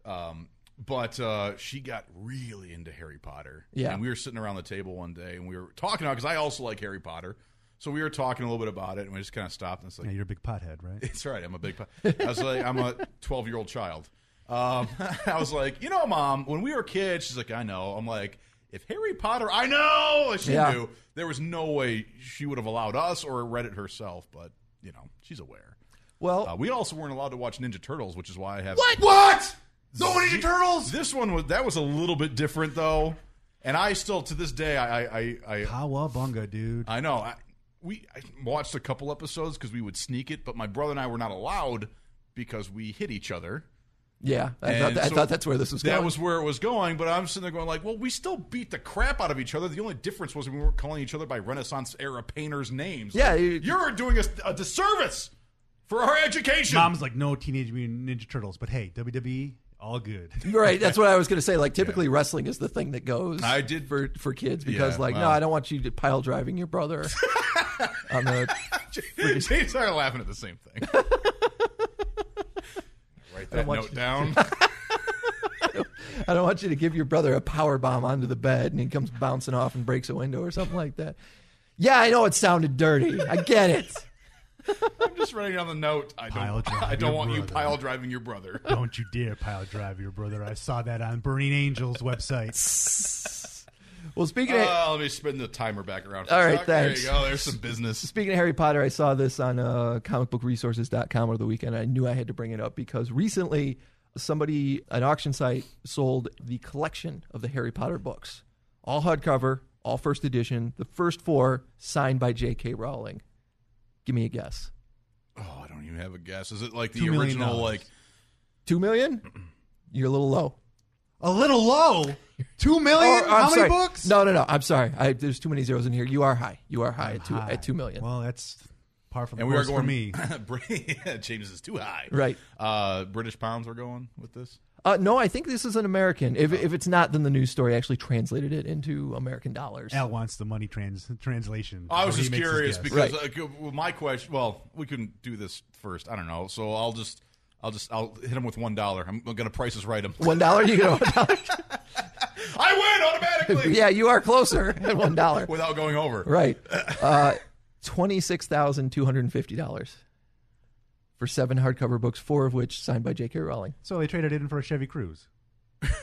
Speaker 7: um, but uh, she got really into Harry Potter.
Speaker 5: Yeah.
Speaker 7: And we were sitting around the table one day and we were talking about because I also like Harry Potter, so we were talking a little bit about it and we just kind of stopped and it's like,
Speaker 6: Yeah, you're a big pothead, right?
Speaker 7: it's right. I'm a big. I was like, I'm a 12 year old child. Um, I was like, you know, mom, when we were kids, she's like, I know. I'm like, if Harry Potter, I know she
Speaker 5: Yeah.
Speaker 7: knew there was no way she would have allowed us or read it herself, but you know she's aware.
Speaker 5: Well,
Speaker 7: Uh, we also weren't allowed to watch Ninja Turtles, which is why I have
Speaker 5: what? What?
Speaker 7: no Ninja Turtles. This one was that was a little bit different though, and I still to this day I I I, I,
Speaker 6: Cowabunga, dude.
Speaker 7: I know I, we I watched a couple episodes because we would sneak it, but my brother and I were not allowed because we hit each other.
Speaker 5: Yeah, I thought,
Speaker 7: And
Speaker 5: I
Speaker 7: so
Speaker 5: thought that's where this was
Speaker 7: That
Speaker 5: going.
Speaker 7: was where it was going, but I'm sitting there going like, well, we still beat the crap out of each other. The only difference was we weren't calling each other by Renaissance era painters' names.
Speaker 5: Yeah,
Speaker 7: Like,
Speaker 5: you-
Speaker 7: you're doing us a disservice for our education.
Speaker 6: Mom's like, no Teenage Mutant Ninja Turtles, but hey, WWE, all good.
Speaker 5: right. That's what I was going to say. Like typically, wrestling is the thing that goes.
Speaker 7: I did-
Speaker 5: for for kids because
Speaker 7: Yeah,
Speaker 5: like no,
Speaker 7: wow.
Speaker 5: I don't want you to pile driving your brother. on the,
Speaker 7: James and I are laughing at the same thing. Write that
Speaker 5: want
Speaker 7: note
Speaker 5: you-
Speaker 7: down.
Speaker 5: I don't want you to give your brother a power bomb onto the bed and he comes bouncing off and breaks a window or something like that. Yeah, I know it sounded dirty. I get it.
Speaker 7: I'm just writing down the note. I
Speaker 6: Pile
Speaker 7: don't.
Speaker 6: drive
Speaker 7: I don't
Speaker 6: your
Speaker 7: want you
Speaker 6: brother.
Speaker 7: pile driving your brother.
Speaker 6: Don't you dare pile drive your brother. I saw that on Burning Angel's website.
Speaker 5: Well, speaking of,
Speaker 7: Uh, let me spin the timer back around. for
Speaker 5: All
Speaker 7: a
Speaker 5: right,
Speaker 7: sec.
Speaker 5: thanks.
Speaker 7: There you go. There's some business.
Speaker 5: Speaking of Harry Potter, I saw this on uh, comicbookresources.com over the weekend. I knew I had to bring it up because recently somebody, an auction site, sold the collection of the Harry Potter books. All hardcover, all first edition, the first four signed by J.K. Rowling. Give me a guess.
Speaker 7: Oh, I don't even have a guess. Is it like
Speaker 6: Two
Speaker 7: the
Speaker 6: million
Speaker 7: original?
Speaker 6: dollars.
Speaker 7: Like
Speaker 5: Two million? You're a little low.
Speaker 6: A little low. Two
Speaker 5: Or-
Speaker 6: million?
Speaker 5: I'm
Speaker 6: How many
Speaker 5: sorry.
Speaker 6: books?
Speaker 5: No, no, no. I'm sorry. I, there's too many zeros in here. You are high. You are high at two
Speaker 6: Hi.
Speaker 5: at two million.
Speaker 6: Well, that's par for the
Speaker 7: and we are
Speaker 6: course
Speaker 7: going
Speaker 6: for me.
Speaker 7: Br- James is too high.
Speaker 5: Right.
Speaker 7: Uh, British pounds are going with this.
Speaker 5: Uh, no, I think this is an American. If, if it's not, then the news story actually translated it into American dollars.
Speaker 6: Al wants the money trans- translation.
Speaker 7: I was
Speaker 6: Or he
Speaker 7: just
Speaker 6: makes his
Speaker 7: curious
Speaker 6: guess.
Speaker 7: because
Speaker 5: Right.
Speaker 7: uh, c- well, my question. Well, we can do this first. I don't know. So I'll just. I'll just I'll hit him with one dollar. I'm gonna price is right him.
Speaker 5: One dollar, you get one dollar.
Speaker 7: I win automatically
Speaker 5: yeah, you are closer at one dollar.
Speaker 7: without going over.
Speaker 5: Right. Uh, Twenty six thousand two hundred and fifty dollars for seven hardcover books, four of which signed by J.K. Rowling.
Speaker 6: So they traded in for a Chevy Cruise.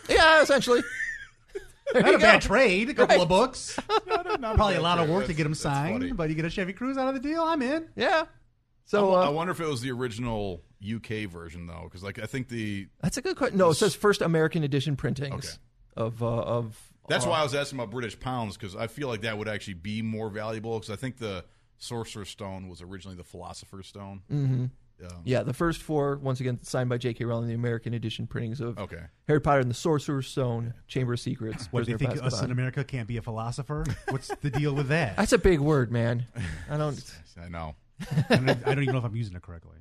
Speaker 5: Yeah, essentially. There
Speaker 6: Not
Speaker 5: you
Speaker 6: a bad
Speaker 5: go.
Speaker 6: trade. A couple of books.
Speaker 7: Not
Speaker 6: Probably a
Speaker 7: bad
Speaker 6: lot of
Speaker 7: trade.
Speaker 6: work to get them
Speaker 7: That's- that's funny.
Speaker 6: signed, but you get a Chevy Cruise out of the deal. I'm in.
Speaker 5: Yeah. So
Speaker 7: I
Speaker 5: uh,
Speaker 7: wonder if it was the original UK version though, because like I think the
Speaker 5: that's a good question. No, it says first American edition printings
Speaker 7: Okay.
Speaker 5: of uh, of.
Speaker 7: that's why I was asking about British pounds because I feel like that would actually be more valuable because I think the Sorcerer's Stone was originally the Philosopher's Stone.
Speaker 5: Yeah, the first four, once again, signed by J.K. Rowling, the American edition printings of
Speaker 7: Okay.
Speaker 5: Harry Potter and the Sorcerer's Stone, Chamber of Secrets.
Speaker 6: What, they
Speaker 5: Prisoner of
Speaker 6: think us
Speaker 5: Azkaban.
Speaker 6: in America can't be a philosopher? What's the deal with that?
Speaker 5: That's a big word, man. I don't.
Speaker 7: I know.
Speaker 6: I don't, I don't even know if I'm using it correctly.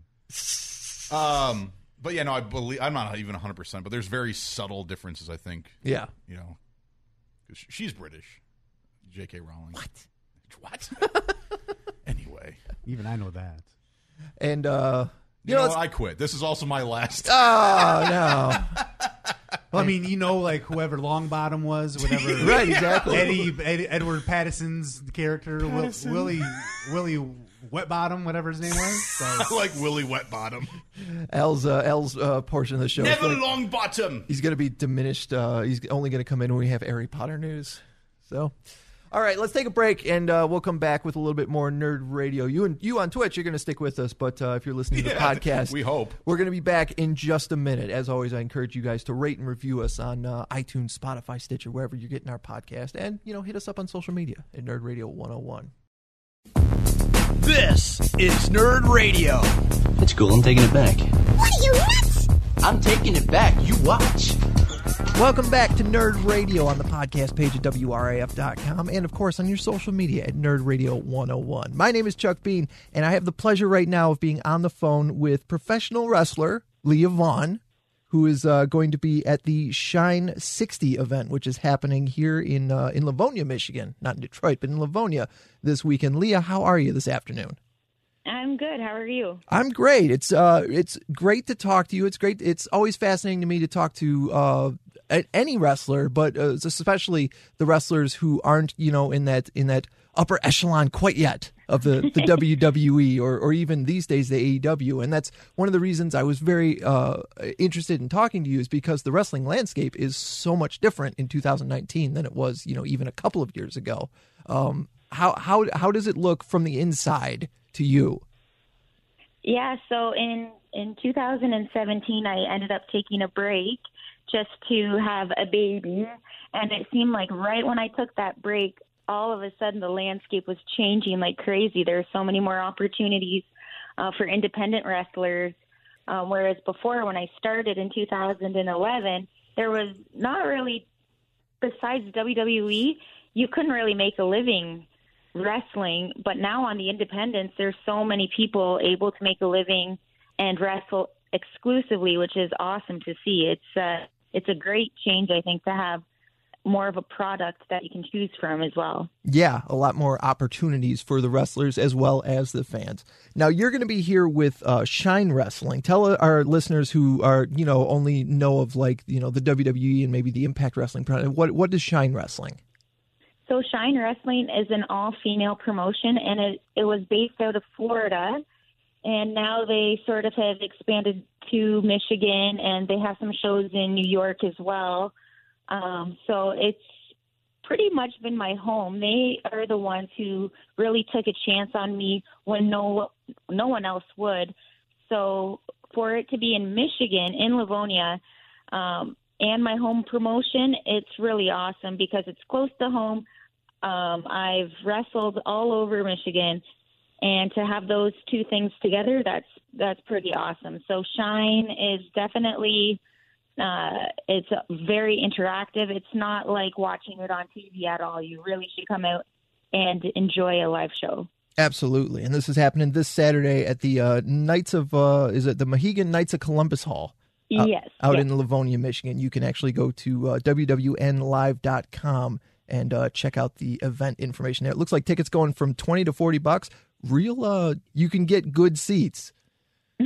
Speaker 7: Um, but yeah, no, I believe I'm not even 100, percent but there's very subtle differences. I think
Speaker 5: Yeah.
Speaker 7: you know, 'cause sh- she's British, J.K. Rowling. What? What? anyway,
Speaker 6: Even I know that.
Speaker 5: And uh
Speaker 7: you, know, Ah. what? I quit. This is also my last.
Speaker 5: Oh no.
Speaker 6: Well, I mean, you know, like whoever Longbottom was, whatever.
Speaker 5: right, exactly.
Speaker 6: Eddie, Ed, Edward Pattison's character, Will, Willie, Willie Wetbottom, whatever his name was. So,
Speaker 7: I like Willie Wetbottom.
Speaker 5: Al's uh, Al's uh, portion of the show. is
Speaker 7: Never
Speaker 5: gonna-
Speaker 7: long bottom.
Speaker 5: he's going to be diminished. Uh, he's only going to come in when we have Harry Potter news. So, all right, let's take a break, and uh, we'll come back with a little bit more nerd radio. You and you on Twitch, you're going to stick with us, but uh, if you're listening to the
Speaker 7: Yeah,
Speaker 5: podcast,
Speaker 7: we hope.
Speaker 5: we're going to be back in just a minute. As always, I encourage you guys to rate and review us on uh, iTunes, Spotify, Stitcher, wherever you're getting our podcast, and you know, hit us up on social media at Nerd Radio 101.
Speaker 8: This is Nerd Radio.
Speaker 9: That's cool. I'm taking it back.
Speaker 1: What are you nuts?
Speaker 8: I'm taking it back. You watch.
Speaker 5: Welcome back to Nerd Radio on the podcast page at WRAF.com and, of course, on your social media at Nerd Radio 101. My name is Chuck Bean, and I have the pleasure right now of being on the phone with professional wrestler Leah Vaughn, who is uh, going to be at the Shine 60 event, which is happening here in, uh, in Livonia, Michigan. Not in Detroit, but in Livonia this weekend. Leah, how are you this afternoon?
Speaker 10: I'm good. How are you?
Speaker 5: I'm great. It's uh, it's great to talk to you. It's great. It's always fascinating to me to talk to uh, a- any wrestler, but uh, especially the wrestlers who aren't, you know, in that in that upper echelon quite yet of the, the WWE or or even these days the AEW. And that's one of the reasons I was very uh, interested in talking to you is because the wrestling landscape is so much different in 2019 than it was, you know, even a couple of years ago. Um, how how how does it look from the inside to you?
Speaker 10: Yeah, so in in 2017 I ended up taking a break just to have a baby and it seemed like right when I took that break all of a sudden the landscape was changing like crazy. There were so many more opportunities uh, for independent wrestlers um, whereas before when I started in 2011 there was not really besides WWE, you couldn't really make a living wrestling. But now on the independents, there's so many people able to make a living and wrestle exclusively, which is awesome to see. It's uh, it's a great change, I think, to have more of a product that you can choose from as well.
Speaker 5: Yeah, a lot more opportunities for the wrestlers as well as the fans. Now you're going to be here with uh, Shine Wrestling. Tell our listeners who are you know only know of like you know the WWE and maybe the Impact Wrestling. product. What what is Shine Wrestling?
Speaker 10: So Shine Wrestling is an all-female promotion, and it, it was based out of Florida, and now they sort of have expanded to Michigan, and they have some shows in New York as well. Um, so it's pretty much been my home. They are the ones who really took a chance on me when no no one else would. So for it to be in Michigan, in Livonia, um, and my home promotion, it's really awesome because it's close to home. Um, I've wrestled all over Michigan, and to have those two things together, that's that's pretty awesome. So Shine is definitely uh, it's very interactive. It's not like watching it on TV at all. You really should come out and enjoy a live show.
Speaker 5: Absolutely, and this is happening this Saturday at the uh, Knights of uh, is it the Mohegan Knights of Columbus Hall? out-
Speaker 10: yes,
Speaker 5: Uh, out
Speaker 10: yes.
Speaker 5: in Livonia, Michigan. You can actually go to uh, wwnlive.com and uh, check out the event information there. It looks like tickets going from 20 to 40 bucks. Real uh you can get good seats.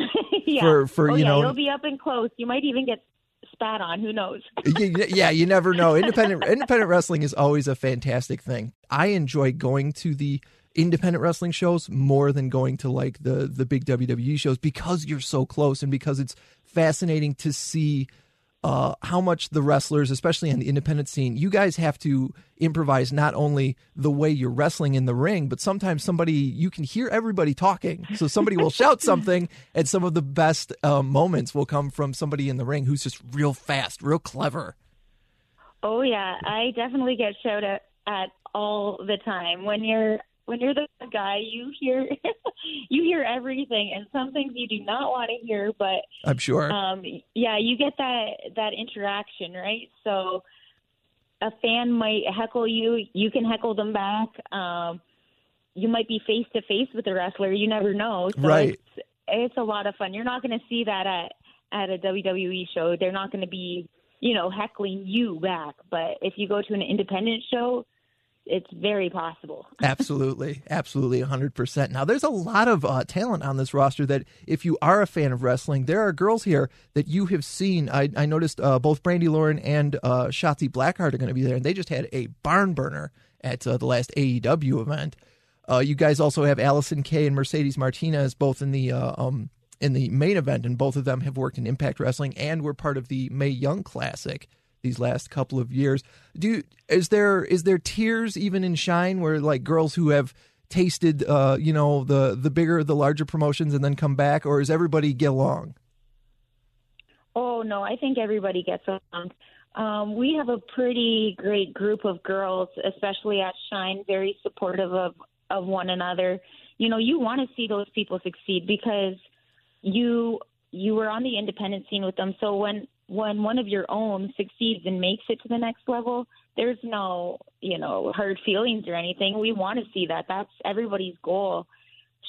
Speaker 10: yeah.
Speaker 5: for- for,
Speaker 10: oh,
Speaker 5: you
Speaker 10: yeah,
Speaker 5: know-
Speaker 10: you'll be up and close. You might even get spat on. Who knows?
Speaker 5: Y- y- yeah, you never know. Independent independent wrestling is always a fantastic thing. I enjoy going to the independent wrestling shows more than going to like the the big WWE shows because you're so close and because it's fascinating to see uh, how much the wrestlers, especially on the independent scene, you guys have to improvise not only the way you're wrestling in the ring, but sometimes somebody you can hear everybody talking. So somebody will shout something, and some of the best uh, moments will come from somebody in the ring who's just real fast, real clever.
Speaker 10: Oh yeah, I definitely get showed at, at all the time. When you're when you're the guy, you hear you hear everything, and some things you do not want to hear, but
Speaker 5: I'm sure.
Speaker 10: um, yeah, you get that that interaction, right? So a fan might heckle you, you can heckle them back. Um, you might be face to face with a wrestler, you never know. So
Speaker 5: Right.
Speaker 10: it's, it's a lot of fun. You're not going to see that at at a WWE show. They're not going to be, you know, heckling you back. But if you go to an independent show, it's very possible.
Speaker 5: absolutely absolutely 100% now there's a lot of uh, talent on this roster that if you are a fan of wrestling there are girls here that you have seen i, I noticed uh, both brandy lauren and uh, shotzi blackheart are going to be there and they just had a barn burner at uh, the last aew event uh, you guys also have allison kay and mercedes martinez both in the uh, um, in the main event and both of them have worked in impact wrestling and were part of the may young classic these last couple of years. Do you- is there is there tiers even in Shine where like girls who have tasted uh you know the the bigger the larger promotions and then come back or is everybody get along?
Speaker 10: Oh no, I think everybody gets along. Um, we have a pretty great group of girls, especially at Shine, very supportive of of one another. You know, you want to see those people succeed because you you were on the independent scene with them. So when when one of your own succeeds and makes it to the next level, there's no you know hard feelings or anything. We want to see that. That's everybody's goal.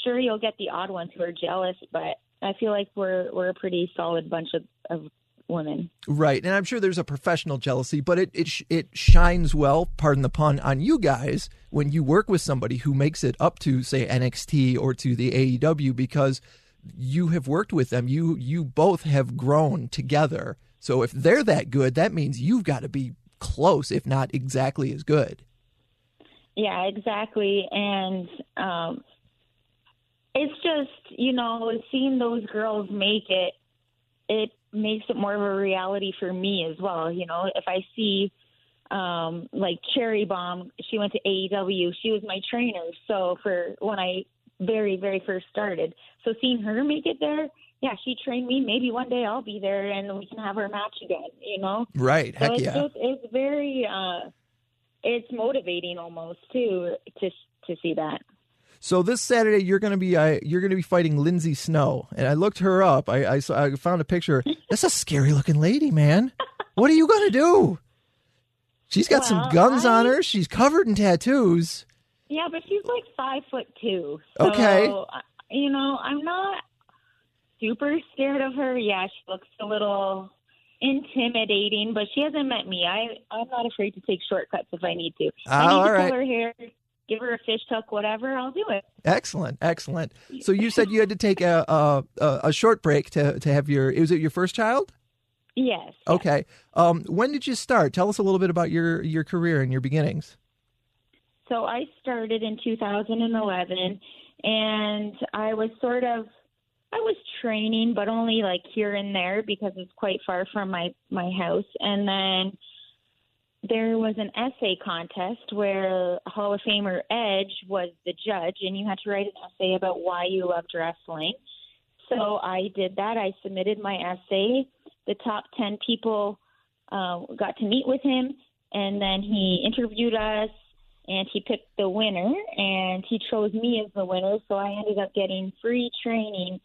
Speaker 10: Sure, you'll get the odd ones who are jealous, but I feel like we're we're a pretty solid bunch of, of women.
Speaker 5: Right, and I'm sure there's a professional jealousy, but it it sh- it shines well, pardon the pun, on you guys when you work with somebody who makes it up to say NXT or to the AEW because you have worked with them. You you both have grown together. So if they're that good, that means you've got to be close, if not exactly as good.
Speaker 10: Yeah, exactly. And um, it's just, you know, seeing those girls make it, it makes it more of a reality for me as well. You know, if I see um, like Cherry Bomb, she went to AEW, she was my trainer. So for when I very, very first started, so seeing her make it there, yeah, she trained me. Maybe one day I'll be there and we can have our match again, you know?
Speaker 5: Right,
Speaker 10: So
Speaker 5: heck
Speaker 10: it's
Speaker 5: yeah.
Speaker 10: just it's very uh it's motivating almost too to to see that.
Speaker 5: So this Saturday you're going to be I, you're going to be fighting Lindsay Snow, and I looked her up. I I, saw, I found a picture. That's a scary looking lady, man. What are you going to do? She's got some
Speaker 10: Well,
Speaker 5: guns on
Speaker 10: I-
Speaker 5: her. She's covered in tattoos.
Speaker 10: Yeah, but she's like five foot two.
Speaker 5: Okay.
Speaker 10: So, uh, you know, I'm not super scared of her. Yeah, she looks a little intimidating, but she hasn't met me. I I'm not afraid to take shortcuts if I need to. I
Speaker 5: Ah,
Speaker 10: need
Speaker 5: all
Speaker 10: to
Speaker 5: right.
Speaker 10: pull her hair, give her a fish tuck, whatever. I'll do it.
Speaker 5: Excellent, excellent. So you said you had to take a a, a, a short break to to have your is it your first child?
Speaker 10: Yes.
Speaker 5: Okay. Um, when did you start? Tell us a little bit about your your career and your beginnings.
Speaker 10: So I started in 2011, and I was sort of I was training, but only like here and there because it's quite far from my my house. And then there was an essay contest where Hall of Famer Edge was the judge, and you had to write an essay about why you loved wrestling. So I did that. I submitted my essay. The top 10 people uh, got to meet with him, and then he interviewed us and he picked the winner and he chose me as the winner so i ended up getting free training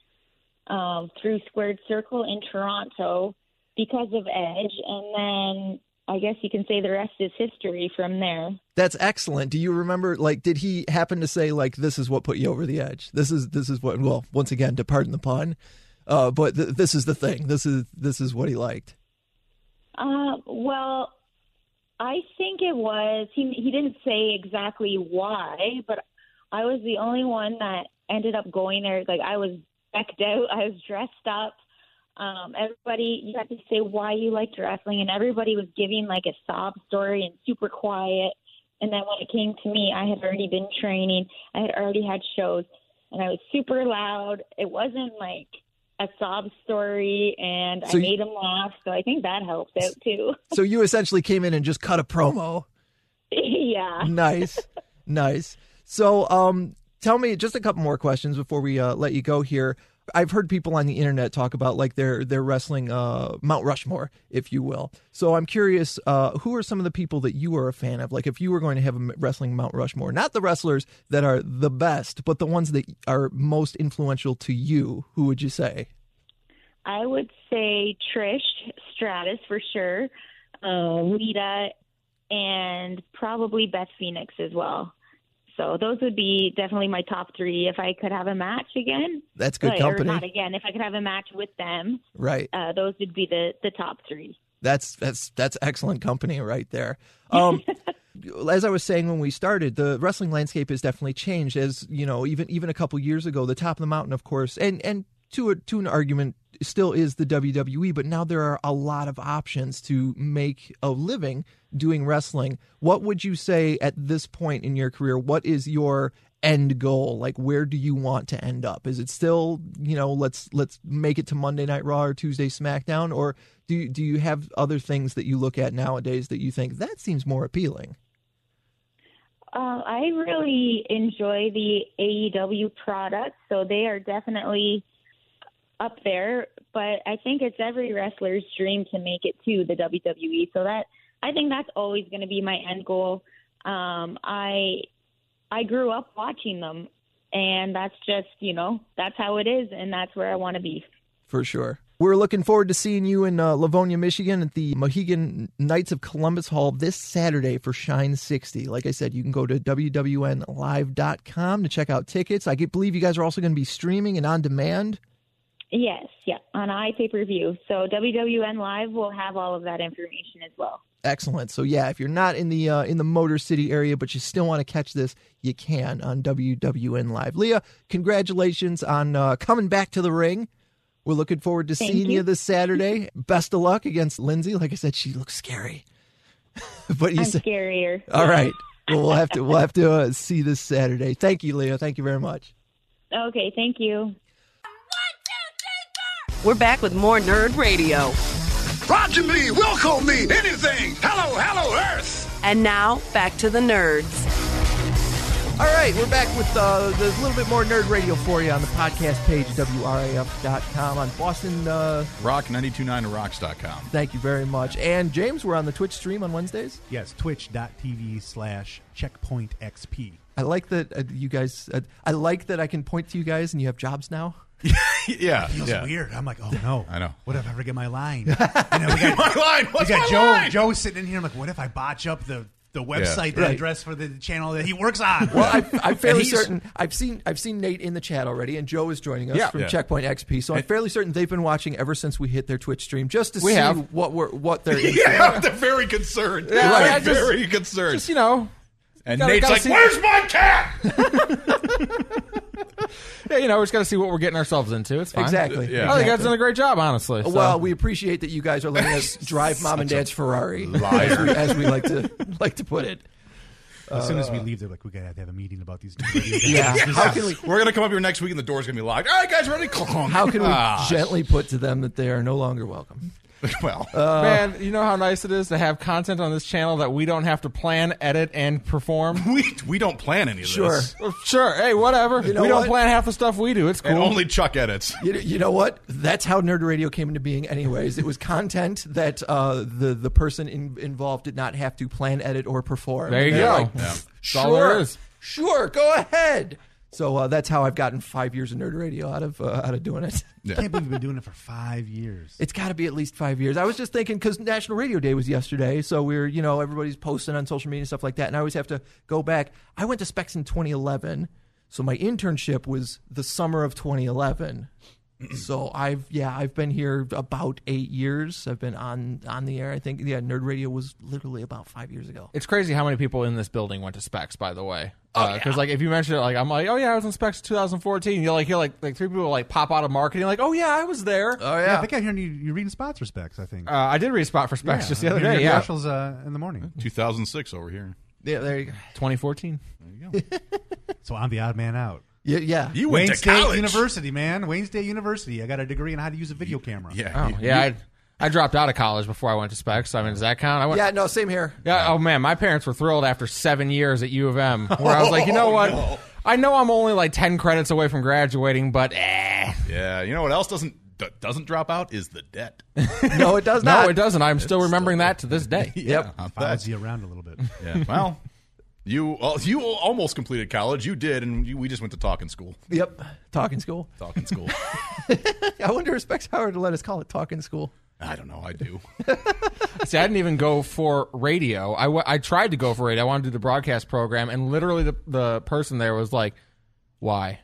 Speaker 10: um, through squared circle in toronto because of edge and then i guess you can say the rest is history from there
Speaker 5: That's excellent. Do you remember? Like, did he happen to say like, "This is what put you over the edge"? This is this is what. Well, once again, to pardon the pun, uh, but th- this is the thing. This is this is what he liked.
Speaker 10: Uh, well, I think it was he. He didn't say exactly why, but I was the only one that ended up going there. Like I was decked out, I was dressed up. Um, everybody, you had to say why you liked wrestling, and everybody was giving like a sob story and super quiet. And then when it came to me, I had already been training. I had already had shows, and I was super loud. It wasn't like a sob story, and
Speaker 5: So
Speaker 10: I
Speaker 5: you-
Speaker 10: made him laugh. So I think that helped out too.
Speaker 5: So you essentially came in and just cut a promo.
Speaker 10: yeah.
Speaker 5: nice, nice. So, um, tell me just a couple more questions before we uh, let you go here. I've heard people on the internet talk about like their their wrestling uh, Mount Rushmore, if you will. So I'm curious, uh, who are some of the people that you are a fan of? Like, if you were going to have a m- wrestling Mount Rushmore, not the wrestlers that are the best, but the ones that are most influential to you, who would you say?
Speaker 10: I would say Trish Stratus for sure, uh, Lita, and probably Beth Phoenix as well. So those would be definitely my top three if I could have a match again.
Speaker 5: That's good
Speaker 10: Like, Or not
Speaker 5: company,
Speaker 10: again. If I could have a match with them,
Speaker 5: right?
Speaker 10: uh, those would be the, the top three.
Speaker 5: That's that's that's excellent company right there. Um, as I was saying when we started, the wrestling landscape has definitely changed. As you know, even even a couple years ago, the top of the mountain, of course, and and to a, to an argument, still is the WWE. But now there are a lot of options to make a living doing wrestling. What would you say at this point in your career? What is your end goal like where do you want to end up is it still you know let's let's make it to monday night raw or tuesday smackdown or do you, do you have other things that you look at nowadays that you think that seems more appealing
Speaker 10: Uh, I really enjoy the AEW product, so they are definitely up there. But I think it's every wrestler's dream to make it to the WWE. So that I think that's always going to be my end goal. Um, I I grew up watching them, and that's just you know that's how it is, and that's where I want to be.
Speaker 5: for sure we're looking forward to seeing you in uh, Livonia, Michigan at the Mohegan Knights of Columbus Hall this Saturday for Shine 60. Like I said, you can go to WWNlive.com to check out tickets. I get- believe you guys are also going to be streaming and on demand.
Speaker 10: Yes, yeah, on iPay per view. So WWN Live will have all of that information as well.
Speaker 5: Excellent. So yeah, if you're not in the uh, in the Motor City area, but you still want to catch this, you can on WWN Live. Leah, congratulations on uh, coming back to the ring. We're looking forward to
Speaker 10: Thank
Speaker 5: seeing you.
Speaker 10: you.
Speaker 5: this Saturday. Best of luck against Lindsay. Like I said, she looks scary. but you
Speaker 10: I'm
Speaker 5: said,
Speaker 10: scarier.
Speaker 5: all right. Well, we'll have to we'll have to uh, see this Saturday. Thank you, Leah. Thank you very much.
Speaker 10: Okay, thank you.
Speaker 4: We're back with more Nerd Radio.
Speaker 2: Roger me, Wilco me, anything. Hello, hello, Earth.
Speaker 4: And now, back to the nerds.
Speaker 5: All right, we're back with uh, there's a little bit more nerd radio for you on the podcast page wraf.com on Boston. Uh,
Speaker 7: Rock 929 to rocks.com.
Speaker 5: thank you very much. And James, we're on the Twitch stream on Wednesdays.
Speaker 6: Yes, twitch.tv slash checkpoint XP.
Speaker 5: I like that uh, you guys. Uh, I like that I can point to you guys and you have jobs now.
Speaker 7: yeah.
Speaker 6: Feels
Speaker 7: yeah.
Speaker 6: weird. I'm like, oh no.
Speaker 7: I know.
Speaker 6: What if I ever get my line? And then we got,
Speaker 7: My line.
Speaker 6: we
Speaker 7: What's
Speaker 6: got
Speaker 7: my
Speaker 6: Joe
Speaker 7: line?
Speaker 6: Joe sitting in here. I'm like, what if I botch up the, the website
Speaker 5: right.
Speaker 6: address for the channel that he works on?
Speaker 5: Well, I, I'm fairly
Speaker 7: he's-
Speaker 5: certain. I've seen I've seen Nate in the chat already, and Joe is joining us
Speaker 7: Yeah.
Speaker 5: from
Speaker 7: Yeah.
Speaker 5: Checkpoint XP. So I'm
Speaker 7: And-
Speaker 5: fairly certain they've been watching ever since we hit their Twitch stream, just to
Speaker 11: We
Speaker 5: see
Speaker 11: have.
Speaker 5: what we're what they're. into.
Speaker 7: Yeah, they're very concerned.
Speaker 11: Yeah,
Speaker 7: They're
Speaker 11: I just-
Speaker 7: very concerned.
Speaker 11: Just, you know,
Speaker 7: and
Speaker 11: gotta-
Speaker 7: Nate's
Speaker 11: gotta
Speaker 7: like,
Speaker 11: see-
Speaker 7: "Where's my cat?"
Speaker 11: yeah, you know, we just got to see what we're getting ourselves into. It's fine.
Speaker 5: Exactly.
Speaker 7: Yeah.
Speaker 11: I think that's
Speaker 5: exactly.
Speaker 11: done a great job, honestly. so.
Speaker 5: Well, we appreciate that you guys are letting us drive mom and dad's Ferrari,
Speaker 7: liar.
Speaker 5: as we, as we like to like to put it.
Speaker 6: as soon as we leave, they're like, we gotta have to have a meeting about these. new radio guys."
Speaker 5: uh, Yeah, how can we
Speaker 7: We're gonna come up here next week, and the door's gonna be locked. All right, guys, ready?
Speaker 5: how can we
Speaker 7: Ah,
Speaker 5: gently put to them that they are no longer welcome?
Speaker 7: well,
Speaker 11: man, you know how nice it is to have content on this channel that we don't have to plan, edit, and perform.
Speaker 7: we we don't plan any of this.
Speaker 5: Sure.
Speaker 11: Well, sure, hey, whatever.
Speaker 5: know
Speaker 11: we don't
Speaker 5: what?
Speaker 11: plan half the stuff we do. It's cool.
Speaker 7: And only Chuck edits.
Speaker 5: You, you know what? That's how Nerd Radio came into being, anyways. It was content that uh, the the person in, involved did not have to plan, edit, or perform.
Speaker 11: There you
Speaker 5: They're
Speaker 11: go.
Speaker 5: like,
Speaker 11: Yeah. That's all there
Speaker 5: Sure,
Speaker 11: is.
Speaker 5: sure, go ahead. So uh, that's how I've gotten five years of Nerd Radio out of uh, out of doing it.
Speaker 6: I can't believe we've been doing it for five years.
Speaker 5: It's got to be at least five years. I was just thinking because National Radio Day was yesterday, so we are you know everybody's posting on social media and stuff like that, and I always have to go back. I went to Specs in 2011, so my internship was the summer of 2011. so I've yeah I've been here about eight years. I've been on on the air. I think yeah Nerd Radio was literally about five years ago.
Speaker 11: It's crazy how many people in this building went to Specs, by the way.
Speaker 5: Oh,
Speaker 11: Because
Speaker 5: yeah.
Speaker 11: like if you mention it, like I'm like, oh yeah, I was in Specs 2014. You're like, you're like, like three people like pop out of marketing, like, oh yeah, I was there. Uh,
Speaker 5: Oh
Speaker 6: yeah, I think I hear you, you're reading spots respects. I
Speaker 5: Uh,
Speaker 6: think
Speaker 11: I did read spot for Specs just the other day. Yeah,
Speaker 6: Commercials uh, in the morning.
Speaker 7: 2006 over here.
Speaker 5: yeah there you go.
Speaker 11: 2014.
Speaker 6: So I'm the odd man out.
Speaker 5: Yeah, yeah.
Speaker 7: You went
Speaker 6: Wayne
Speaker 7: to
Speaker 6: State
Speaker 7: college.
Speaker 6: University, man. Wayne State University. I got a degree in how to use a video camera.
Speaker 7: Yeah.
Speaker 11: Oh
Speaker 7: you-
Speaker 11: yeah, I, I dropped out of college before I went to Specs. I mean, does that count? I went.
Speaker 5: yeah, no, same here.
Speaker 11: Yeah, oh man, my parents were thrilled after seven years at U of M, where I was like, you know what?
Speaker 7: no.
Speaker 11: I know I'm only like ten credits away from graduating, but eh.
Speaker 7: Yeah, you know what else doesn't d- doesn't drop out is the debt.
Speaker 5: No, it does
Speaker 11: No,
Speaker 5: not.
Speaker 11: it doesn't. I'm still remembering that to this day.
Speaker 5: Yep.
Speaker 7: Yeah,
Speaker 6: Follows you around a little bit.
Speaker 7: yeah. Well, you well, you almost completed college. You did, and you, we just went to talking school.
Speaker 5: Yep. Talking school.
Speaker 7: Talking school.
Speaker 5: I wonder if Specs Howard would let us call it talking school.
Speaker 7: I don't know. I do.
Speaker 11: See, I didn't even go for radio. I wa- I tried to go for radio. I wanted to do the broadcast program, and literally the the person there was like, "Why?"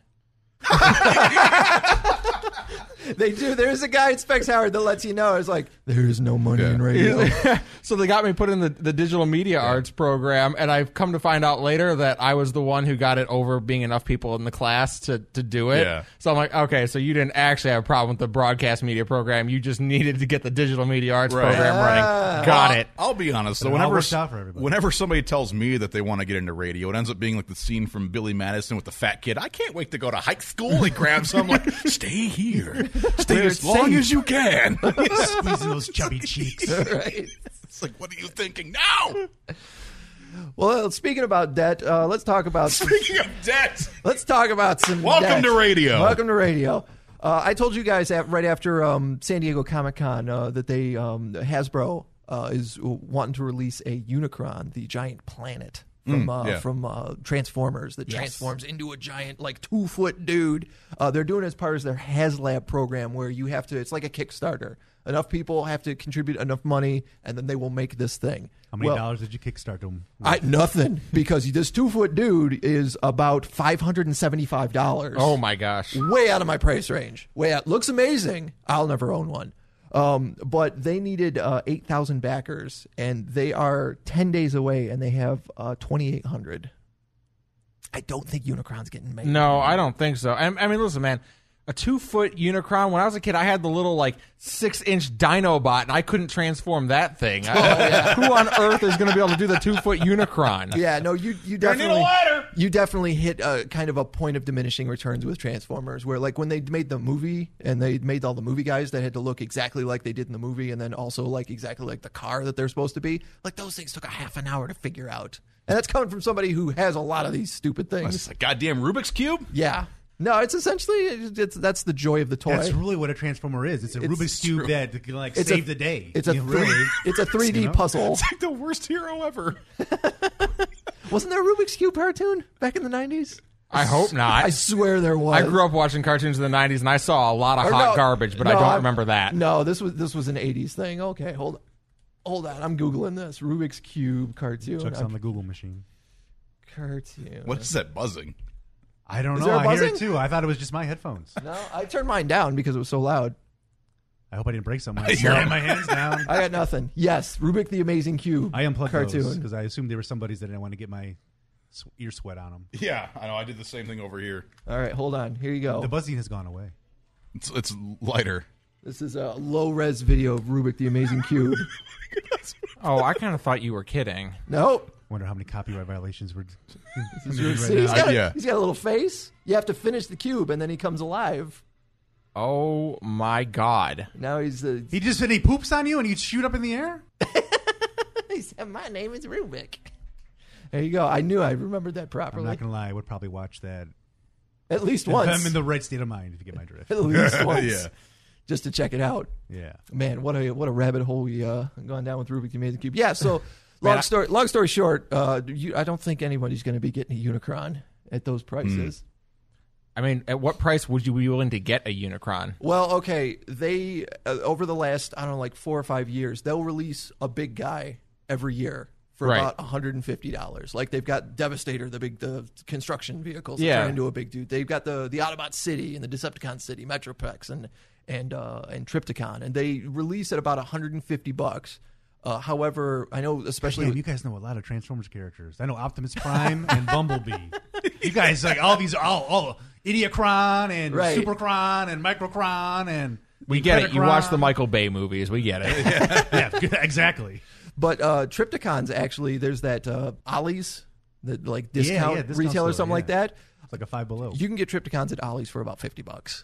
Speaker 5: They do. There's a guy at Specs Howard that lets you know. It's like there is no money in radio.
Speaker 11: So they got me put in the, the digital media arts program, and I've come to find out later that I was the one who got it over being enough people in the class to, to do it.
Speaker 7: Yeah.
Speaker 11: So I'm like, okay, so you didn't actually have a problem with the broadcast media program. You just needed to get the digital media arts
Speaker 7: Right. Ah.
Speaker 11: program running. Got it.
Speaker 7: I'll be honest. So
Speaker 6: It all
Speaker 7: whenever
Speaker 6: worked out for everybody.
Speaker 7: whenever somebody tells me that they want to get into radio, it ends up being like the scene from Billy Madison with the fat kid. I can't wait to go to high school and grab some. Like, stay here, stay as long as you can.
Speaker 6: Squeezing those chubby cheeks.
Speaker 5: right.
Speaker 7: it's like, what are you thinking now?
Speaker 5: Well, speaking about debt, uh, let's talk about
Speaker 7: Speaking of debt,
Speaker 5: let's talk about some.
Speaker 7: Welcome
Speaker 5: debt.
Speaker 7: to radio.
Speaker 5: Welcome to radio. Uh, I told you guys at, right after um, San Diego Comic Con uh, that they um, Hasbro uh, is wanting to release a Unicron, the giant planet from
Speaker 7: Mm,
Speaker 5: uh,
Speaker 7: yeah.
Speaker 5: from uh, Transformers that transforms into a giant like two foot dude. Uh, they're doing it as part of their HasLab program where you have to. It's like a Kickstarter. Enough people have to contribute enough money, and then they will make this thing.
Speaker 6: How many
Speaker 5: Well,
Speaker 6: dollars did you kickstart them?
Speaker 5: I, nothing because this two foot dude is about five hundred and seventy five dollars.
Speaker 11: Oh my gosh.
Speaker 5: way out of my price range. Way out. Looks amazing. I'll never own one. Um, but they needed uh, eight thousand backers, and they are ten days away, and they have uh, twenty eight hundred. I don't think Unicron's getting made.
Speaker 11: No, I don't think so. I, I mean, listen, man, a two foot Unicron. When I was a kid, I had the little like six inch Dinobot, and I couldn't transform that thing. I- Who on earth is going to be able to do the two foot Unicron?
Speaker 5: Yeah, no, you you
Speaker 7: Gonna need a
Speaker 5: definitely
Speaker 7: ladder.
Speaker 5: you definitely hit a kind of a point of diminishing returns with Transformers, where like when they made the movie and they made all the movie guys that had to look exactly like they did in the movie, and then also like exactly like the car that they're supposed to be. Like those things took a half an hour to figure out, and that's coming from somebody who has a lot of these stupid
Speaker 7: It's
Speaker 5: things.
Speaker 7: just like goddamn Rubik's cube.
Speaker 5: Yeah, no, it's essentially it's, it's that's the joy of the toy.
Speaker 6: That's really what a transformer is. It's a
Speaker 5: It's
Speaker 6: Rubik's cube
Speaker 7: true.
Speaker 6: that can like
Speaker 5: It's a-
Speaker 6: save the day.
Speaker 5: It's a
Speaker 6: You know,
Speaker 5: three,
Speaker 6: really.
Speaker 5: it's a three D
Speaker 6: You know?
Speaker 5: puzzle.
Speaker 7: It's like the worst hero ever.
Speaker 5: Wasn't there a Rubik's cube cartoon back in the nineties?
Speaker 11: I hope not.
Speaker 5: I swear there was.
Speaker 11: I grew up watching cartoons in the '90s, and I saw a lot of
Speaker 5: Or
Speaker 11: hot
Speaker 5: no,
Speaker 11: garbage, but I
Speaker 5: no,
Speaker 11: don't
Speaker 5: I'm-
Speaker 11: remember that.
Speaker 5: No, this was this was an '80s thing. Okay, hold on, hold on. I'm googling this Rubik's cube cartoon.
Speaker 6: Chuck's
Speaker 5: I'm-
Speaker 6: on the Google machine.
Speaker 5: cartoon.
Speaker 7: What is that buzzing?
Speaker 6: I don't
Speaker 5: Is
Speaker 6: know.
Speaker 5: there a
Speaker 6: I hear it
Speaker 5: buzzing?
Speaker 6: too. I thought it was just my headphones.
Speaker 5: No, I turned mine down because it was so loud.
Speaker 6: I hope I didn't break something. I slammed my hands down.
Speaker 5: I got nothing. Yes, Rubik the Amazing Cube.
Speaker 6: I unplugged those
Speaker 5: cartoon.
Speaker 6: because I assumed they were somebody's that I didn't want to get my s- ear sweat on them.
Speaker 7: Yeah, I know. I did the same thing over here.
Speaker 5: All right, hold on. Here you
Speaker 6: The
Speaker 5: go.
Speaker 6: buzzing has gone away.
Speaker 7: It's, it's lighter.
Speaker 5: This is a low res video of Rubik the Amazing Cube.
Speaker 11: Oh, I kind of thought you were kidding.
Speaker 5: nope.
Speaker 6: I wonder how many copyright violations were.
Speaker 5: See, he's
Speaker 7: now.
Speaker 5: got, a-
Speaker 7: Yeah.
Speaker 5: he's got a little face. You have to finish the cube, and then he comes alive.
Speaker 11: Oh my god.
Speaker 5: Now he's the.
Speaker 6: He just and he poops on you and you shoot up in the air.
Speaker 5: He said, "My name is Rubik." There you go. I knew I remembered that
Speaker 6: I'm
Speaker 5: properly.
Speaker 6: not gonna lie, I would probably watch that.
Speaker 5: At least
Speaker 6: If
Speaker 5: once.
Speaker 6: I'm in the right state of mind if you get my drift.
Speaker 5: at least once,
Speaker 7: Yeah.
Speaker 5: just to check it out.
Speaker 6: Yeah.
Speaker 5: Man, what a what a rabbit hole we uh gone down with Rubik's Amazing Cube. Yeah. So long story long story short, uh, you, I don't think anybody's going to be getting a Unicron at those prices.
Speaker 11: I mean, at what price would you be willing to get a Unicron?
Speaker 5: Well, okay, they uh, over the last I don't know like four or five years, they'll release a big guy every year. For
Speaker 11: Right.
Speaker 5: about one hundred and fifty dollars, like they've got Devastator, the big the construction vehicles, that
Speaker 11: Yeah.
Speaker 5: turn into a big dude. They've got the the Autobot City and the Decepticon City, Metroplex and and uh, and Tripticon, and they release at about one hundred and fifty bucks. Uh, however, I know especially
Speaker 6: Damn,
Speaker 5: with-
Speaker 6: you guys know a lot of Transformers characters. I know Optimus Prime and Bumblebee. You guys like all these all all Idiocron and
Speaker 5: Right.
Speaker 6: Supercron and Microcron and
Speaker 11: We get it. You
Speaker 6: Predacron.
Speaker 11: watch the Michael Bay movies. We get it.
Speaker 6: yeah, good, exactly.
Speaker 5: But uh, Tripticons actually, there's that uh, Ollie's, that like
Speaker 6: yeah,
Speaker 5: discount
Speaker 6: discount
Speaker 5: retail or
Speaker 6: store,
Speaker 5: something like
Speaker 6: yeah.
Speaker 5: that.
Speaker 6: It's like a five below.
Speaker 5: You can get Tripticons at Ollie's for about fifty bucks.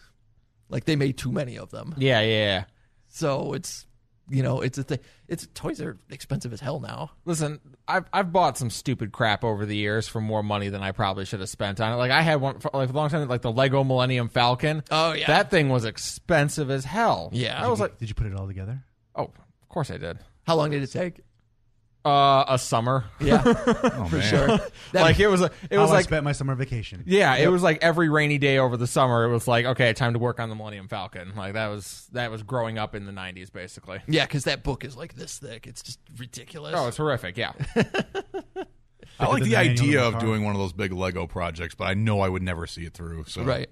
Speaker 5: Like they made too many of them,
Speaker 11: yeah, yeah, yeah.
Speaker 5: so it's you know it's a thing. It's toys are expensive as hell now.
Speaker 11: Listen, I've I've bought some stupid crap over the years for more money than I probably should have spent on it. Like I had one for, like for a long time, like the Lego Millennium Falcon.
Speaker 5: Oh, yeah.
Speaker 11: that thing was expensive as hell.
Speaker 5: Yeah.
Speaker 11: I was like,
Speaker 6: Did you put it all together?
Speaker 11: oh, of course I did.
Speaker 5: How long did it take?
Speaker 11: Uh, a summer,
Speaker 5: Yeah,
Speaker 7: Oh,
Speaker 5: for
Speaker 7: man.
Speaker 5: sure. That-
Speaker 11: like it was a, it
Speaker 6: How
Speaker 11: was
Speaker 6: I
Speaker 11: like.
Speaker 6: spent my summer vacation.
Speaker 11: Yeah, it was like every rainy day over the summer. It was like, okay, time to work on the Millennium Falcon. Like that was that was growing up in the '90s, basically.
Speaker 5: yeah, because that book is like this thick. It's just ridiculous.
Speaker 11: Oh, it's horrific. Yeah,
Speaker 7: I like the
Speaker 6: than the manual
Speaker 7: idea
Speaker 6: in the
Speaker 7: of
Speaker 6: car.
Speaker 7: doing one of those big Lego projects, but I know I would never see it through. So
Speaker 5: right.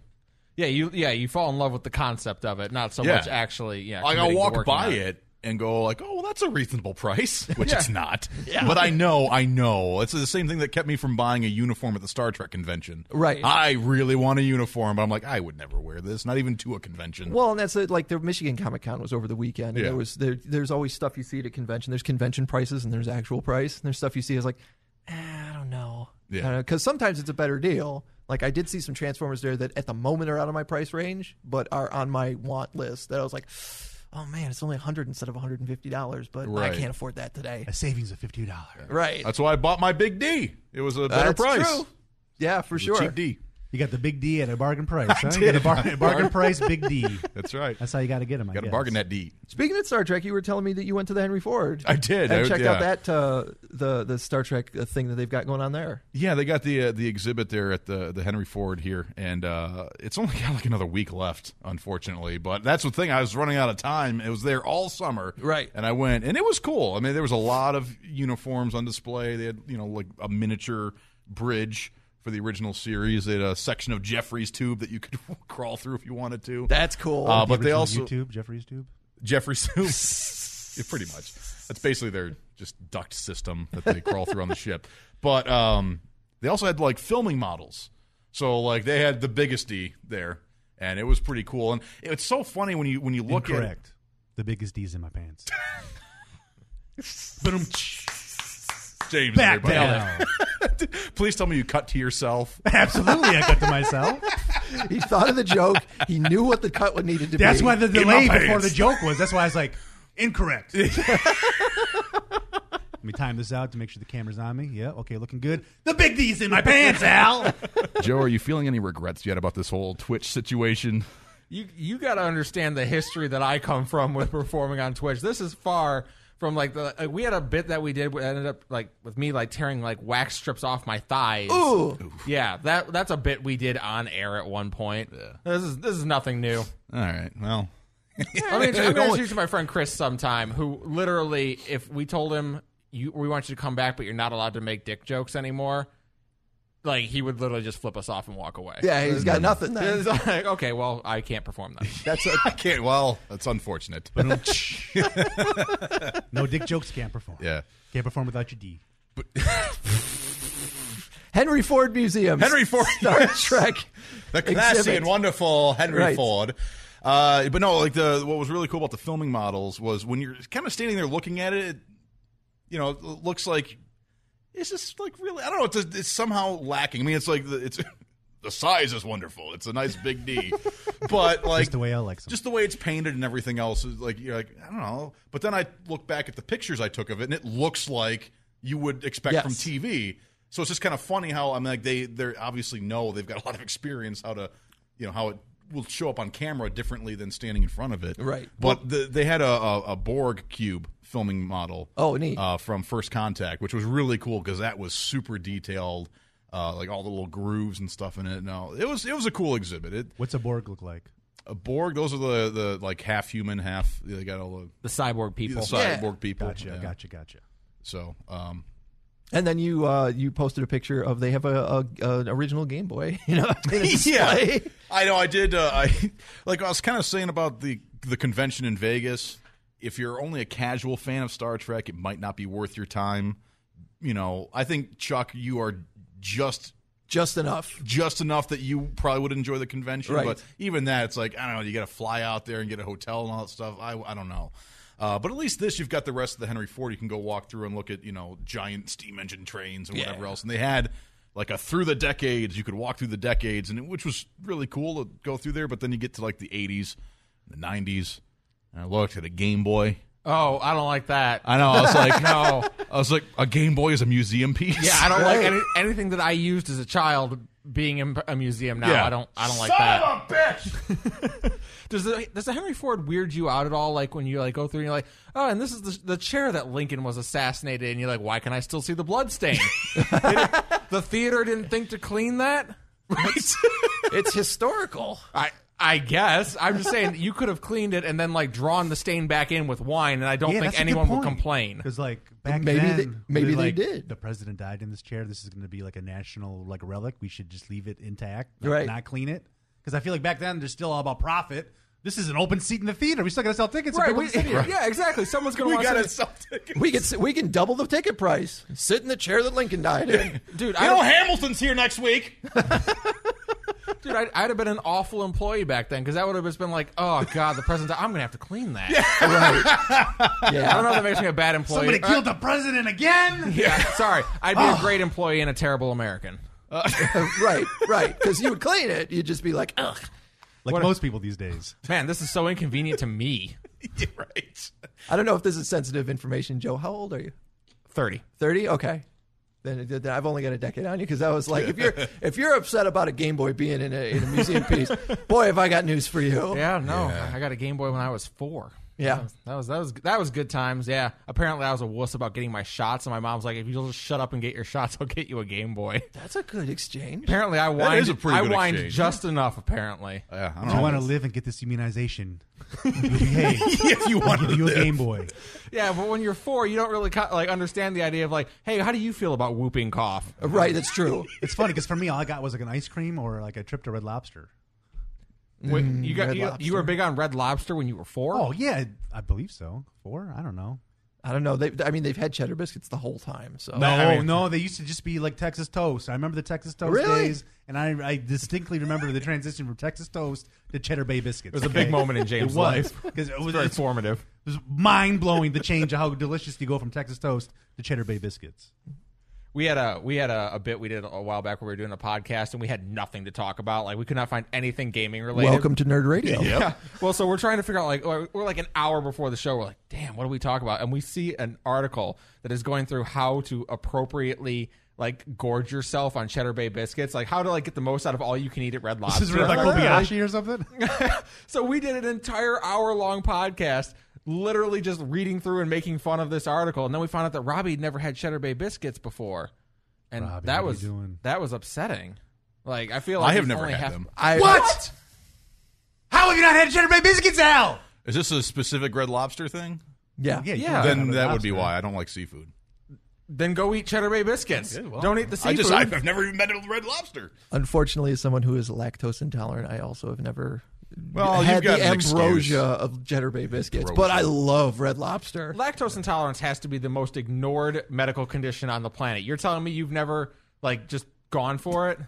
Speaker 11: yeah, you yeah you fall in love with the concept of it, not so
Speaker 7: Yeah.
Speaker 11: much actually. Yeah,
Speaker 7: like I'll
Speaker 11: committing to
Speaker 7: walk
Speaker 11: working
Speaker 7: by
Speaker 11: on
Speaker 7: it. and go like, oh, well, that's a reasonable price, which
Speaker 11: Yeah.
Speaker 7: it's not. But I know, I know. It's the same thing that kept me from buying a uniform at the Star Trek convention.
Speaker 5: Right.
Speaker 7: I really want a uniform, but I'm like, I would never wear this, not even to a convention.
Speaker 5: Well, and that's it. Like the Michigan Comic Con was over the weekend. And
Speaker 7: Yeah.
Speaker 5: There was there, there's always stuff you see at a convention. There's convention prices and there's actual price. And there's stuff you see is like, eh, I don't know.
Speaker 7: Yeah.
Speaker 5: Because sometimes it's a better deal. Like I did see some Transformers there that at the moment are out of my price range, but are on my want list. That I was like, oh man, it's only 100 instead of 150 dollars, but
Speaker 7: Right.
Speaker 5: I can't afford that today.
Speaker 6: A savings of fifty dollars.
Speaker 5: Right.
Speaker 7: That's why I bought my Big D. It was a better
Speaker 5: That's
Speaker 7: price.
Speaker 5: true. Yeah,
Speaker 7: It
Speaker 5: for
Speaker 7: was
Speaker 5: sure.
Speaker 7: a Cheap D.
Speaker 6: You got the big D at a bargain price. Huh? You got a bar- bargain, price, big D.
Speaker 7: That's right.
Speaker 6: That's how you got to get them.
Speaker 7: Got to bargain that D.
Speaker 5: Speaking of Star Trek, you were telling me that you went to the Henry Ford.
Speaker 7: I did.
Speaker 5: And
Speaker 7: I-
Speaker 5: checked
Speaker 7: yeah.
Speaker 5: out that uh, the the Star Trek uh, thing that they've got going on there.
Speaker 7: Yeah, they got the uh, the exhibit there at the the Henry Ford here, and uh, it's only got like another week left, unfortunately. But that's the thing; I was running out of time. It was there all summer,
Speaker 5: Right.
Speaker 7: And I went, and it was cool. I mean, there was a lot of uniforms on display. They had you know like a miniature bridge for the original series. They had a section of Jeffrey's tube that you could crawl through if you wanted to.
Speaker 5: That's cool.
Speaker 7: uh, but they also
Speaker 6: YouTube, Jeffrey's Tube.
Speaker 7: Jeffrey's tube, yeah, pretty much. That's basically their just duct system that they crawl through on the ship. But um, they also had like filming models, so like they had the biggest D there, and it was pretty cool. And it's so funny when you when you look at
Speaker 6: Incorrect. The biggest D's in my pants.
Speaker 7: Boom. James,
Speaker 6: Back
Speaker 7: everybody.
Speaker 6: down.
Speaker 7: Please tell me you cut to yourself.
Speaker 6: Absolutely, I cut to myself.
Speaker 5: he thought of the joke. He knew what the cut would needed to be.
Speaker 6: That's why the delay
Speaker 7: my
Speaker 6: before
Speaker 7: pants.
Speaker 6: the joke was. That's why I was like, incorrect. Let me time this out to make sure the camera's on me. Yeah, okay, looking good. The big D's in my pants, Al.
Speaker 7: Joe, are you feeling any regrets yet about this whole Twitch situation?
Speaker 11: You you got to understand the history that I come from with performing on Twitch. This is far from like the like, we had a bit that we did that ended up like with me like tearing like wax strips off my thighs.
Speaker 5: Ooh.
Speaker 11: Yeah, that that's a bit we did on air at one point. This is this is nothing new.
Speaker 7: All right. Well,
Speaker 11: I mean, I'm going to introduce you to my friend Chris sometime, who literally, if we told him you, we want you to come back, but you're not allowed to make dick jokes anymore, like he would literally just flip us off and walk away.
Speaker 5: Yeah, he's got nothing. Then.
Speaker 11: It's like, okay, well, I can't perform that.
Speaker 5: That's a,
Speaker 7: I can't. Well, that's unfortunate.
Speaker 6: No dick jokes can't perform.
Speaker 7: Yeah.
Speaker 6: Can't perform without your D.
Speaker 5: Henry Ford Museum.
Speaker 7: Henry Ford.
Speaker 5: Star Trek.
Speaker 7: the classy
Speaker 5: exhibit.
Speaker 7: and wonderful Henry
Speaker 5: Right.
Speaker 7: Ford. Uh, but no, like the what was really cool about the filming models was when you're kind of standing there looking at it, it you know, it looks like it's just like really. I don't know. It's, just- it's somehow lacking. I mean, it's like the, it's the size is wonderful. It's a nice big D, but like
Speaker 6: Just the way I like them.
Speaker 7: just the way it's painted and everything else is like you're like I don't know. But then I look back at the pictures I took of it, and it looks like you would expect
Speaker 5: Yes.
Speaker 7: from TV. So it's just kind of funny how I'm like they they obviously know they've got a lot of experience how to you know how it will show up on camera differently than standing in front of it.
Speaker 5: Right.
Speaker 7: But the, they had a, a, a Borg cube filming model.
Speaker 5: Oh, neat.
Speaker 7: Uh, from First Contact, which was really cool because that was super detailed. Uh, like all the little grooves and stuff in it. No, it was it was a cool exhibit. It,
Speaker 6: What's a Borg look like?
Speaker 7: a Borg. Those are the the like half human, half they got all
Speaker 11: The cyborg
Speaker 7: the, the
Speaker 11: people.
Speaker 7: cyborg people.
Speaker 6: Gotcha,
Speaker 7: Yeah.
Speaker 6: gotcha, gotcha.
Speaker 7: So, um,
Speaker 5: And then you uh, you posted a picture of they have a, a an original Game Boy. You know, in a
Speaker 7: yeah,
Speaker 5: display.
Speaker 7: I know. I did. Uh, I like I was kind of saying about the the convention in Vegas. If you're only a casual fan of Star Trek, it might not be worth your time. You know, I think Chuck, you are just
Speaker 5: just enough.
Speaker 7: just enough that you probably would enjoy the convention.
Speaker 5: Right.
Speaker 7: But even that, it's like I don't know. You got to fly out there and get a hotel and all that stuff. I, I don't know. Uh, but at least this, you've got the rest of the Henry Ford. You can go walk through and look at you know giant steam engine trains and whatever else. And they had like a through the decades. You could walk through the decades, and it, which was really cool to go through there. But then you get to like the '80s, the '90s, and I looked at a Game Boy.
Speaker 11: Oh, I don't like that.
Speaker 7: I know. I was like,
Speaker 11: no.
Speaker 7: I was like, a Game Boy is a museum piece.
Speaker 11: Yeah, I don't like any, anything that I used as a child being in a museum now.
Speaker 7: Yeah.
Speaker 11: I don't. I don't like
Speaker 7: Son
Speaker 11: that.
Speaker 7: of a bitch.
Speaker 11: Does the does the Henry Ford weird you out at all? Like when you like go through and you're like, oh, and this is the, the chair that Lincoln was assassinated, in," and you're like, why can I still see the blood stain? the theater didn't think to clean that. Right.
Speaker 5: It's historical.
Speaker 11: I I guess I'm just saying you could have cleaned it and then like drawn the stain back in with wine, and I don't think anyone will complain.
Speaker 6: because, like, back
Speaker 5: Maybe
Speaker 6: then,
Speaker 5: they- maybe they
Speaker 6: like,
Speaker 5: did.
Speaker 6: The president died in this chair. This is going to be like a national like relic. We should just leave it intact, like,
Speaker 5: Right.
Speaker 6: Not clean it because I feel like back then they're still all about profit. This is an open seat in the theater. We still got to sell tickets.
Speaker 11: Right,
Speaker 6: and
Speaker 11: we-
Speaker 6: people can sit here.
Speaker 11: Yeah, exactly. Someone's gonna
Speaker 7: We
Speaker 11: want to
Speaker 7: got it.
Speaker 11: sit-
Speaker 7: something.
Speaker 5: We can s- we can double the ticket price. Sit in the chair that Lincoln died in.
Speaker 7: You
Speaker 11: Dude, I
Speaker 7: know
Speaker 11: don't,
Speaker 7: Hamilton's here next week.
Speaker 11: dude, I'd, I'd have been an awful employee back then because that would have just been like, oh god, the president. I'm gonna have to clean that. I don't
Speaker 5: Yeah,
Speaker 11: know if that makes me a bad employee. Uh,
Speaker 6: Somebody killed the president again.
Speaker 11: Yeah, sorry. I'd
Speaker 7: Oh.
Speaker 11: be a great employee and a terrible American.
Speaker 5: Uh, right, right. Because you would clean it, you'd just be like, ugh.
Speaker 6: Like most people these days.
Speaker 11: Man, this is so inconvenient to me.
Speaker 7: Yeah, right.
Speaker 5: I don't know if this is sensitive information, Joe. How old are you?
Speaker 11: 30.
Speaker 5: Thirty? Okay. Then, then I've only got a decade on you because I was like, if you're if you're upset about a Game Boy being in a, in a museum piece, boy, have I got news for you.
Speaker 11: Yeah, no, I got a Game Boy when I was four.
Speaker 5: Yeah.
Speaker 11: that was, that was that was that was good times. Yeah, apparently I was a wuss about getting my shots, and my mom's like, "If you'll just shut up and get your shots, I'll get you a Game Boy."
Speaker 5: That's a good exchange.
Speaker 11: Apparently, I
Speaker 7: That is
Speaker 11: whined.
Speaker 7: a pretty
Speaker 11: I
Speaker 7: good
Speaker 11: whined
Speaker 7: exchange.
Speaker 11: just enough. Apparently,
Speaker 7: Yeah, I
Speaker 6: Do you
Speaker 7: don't
Speaker 6: want
Speaker 7: know.
Speaker 6: to live and get this immunization? hey,
Speaker 7: if you want
Speaker 6: give you a Game Boy.
Speaker 11: yeah. But when you're four, you don't really co- like understand the idea of like, "Hey, how do you feel about whooping cough?"
Speaker 5: Right, that's true.
Speaker 6: It's funny because for me, all I got was like an ice cream or like a trip to Red Lobster.
Speaker 11: Wait, you got
Speaker 5: Red
Speaker 11: you, you
Speaker 5: Lobster.
Speaker 11: were big on Red Lobster when you were four.
Speaker 6: Mm, Oh yeah, I believe so. Four? I don't know.
Speaker 5: I don't know. They, I mean, they've had cheddar biscuits the whole time. So
Speaker 6: No,
Speaker 11: I mean-
Speaker 6: no, they used to just be like Texas toast. I remember the Texas toast
Speaker 5: Really?
Speaker 6: days, and I, I distinctly remember the transition from Texas toast to Cheddar Bay biscuits.
Speaker 11: it was a big moment in James'
Speaker 6: it was
Speaker 11: life.
Speaker 6: because it was
Speaker 11: Very
Speaker 6: it's-
Speaker 11: formative.
Speaker 6: It was mind blowing the change of how delicious you go from Texas toast to Cheddar Bay biscuits.
Speaker 11: We had a we had a, a bit we did a while back where we were doing a podcast and we had nothing to talk about. Like we could not find anything gaming related.
Speaker 5: welcome to Nerd Radio.
Speaker 11: Yeah. Well, so we're trying to figure out like we're we're like an hour before the show. We're like, damn, what do we talk about? And we see an article that is going through how to appropriately like gorge yourself on Cheddar Bay biscuits, like how to like get the most out of all you can eat at Red Lobster.
Speaker 6: This is like Kobayashi or something.
Speaker 11: So we did an entire hour long podcast, literally just reading through and making fun of this article, and then we found out that Robbie had never had Cheddar Bay biscuits before, and
Speaker 6: Robbie,
Speaker 11: that
Speaker 6: what are you
Speaker 11: was
Speaker 6: doing?
Speaker 11: that was upsetting. Like I feel like
Speaker 7: I have
Speaker 11: it's
Speaker 7: never
Speaker 11: only
Speaker 7: had
Speaker 11: half-
Speaker 7: them.
Speaker 5: I,
Speaker 6: What? How have you not had Cheddar Bay biscuits, Al?
Speaker 7: Is this a specific Red Lobster thing?
Speaker 5: Yeah.
Speaker 6: you
Speaker 11: Yeah.
Speaker 6: can't have
Speaker 7: Then
Speaker 6: Red
Speaker 7: that would be
Speaker 6: Lobster.
Speaker 7: why I don't like seafood.
Speaker 11: Then go eat Cheddar Bay biscuits. Don't eat the seafood.
Speaker 7: I just I've, I've never even met a Red Lobster.
Speaker 5: Unfortunately, as someone who is lactose intolerant, I also have never
Speaker 7: Well, you've
Speaker 5: had
Speaker 7: got
Speaker 5: the
Speaker 7: an excuse.
Speaker 5: ambrosia of Cheddar Bay biscuits. But
Speaker 7: Ambrosia.
Speaker 5: I love Red Lobster.
Speaker 11: lactose intolerance has to be the most ignored medical condition on the planet. You're telling me you've never like just gone for it?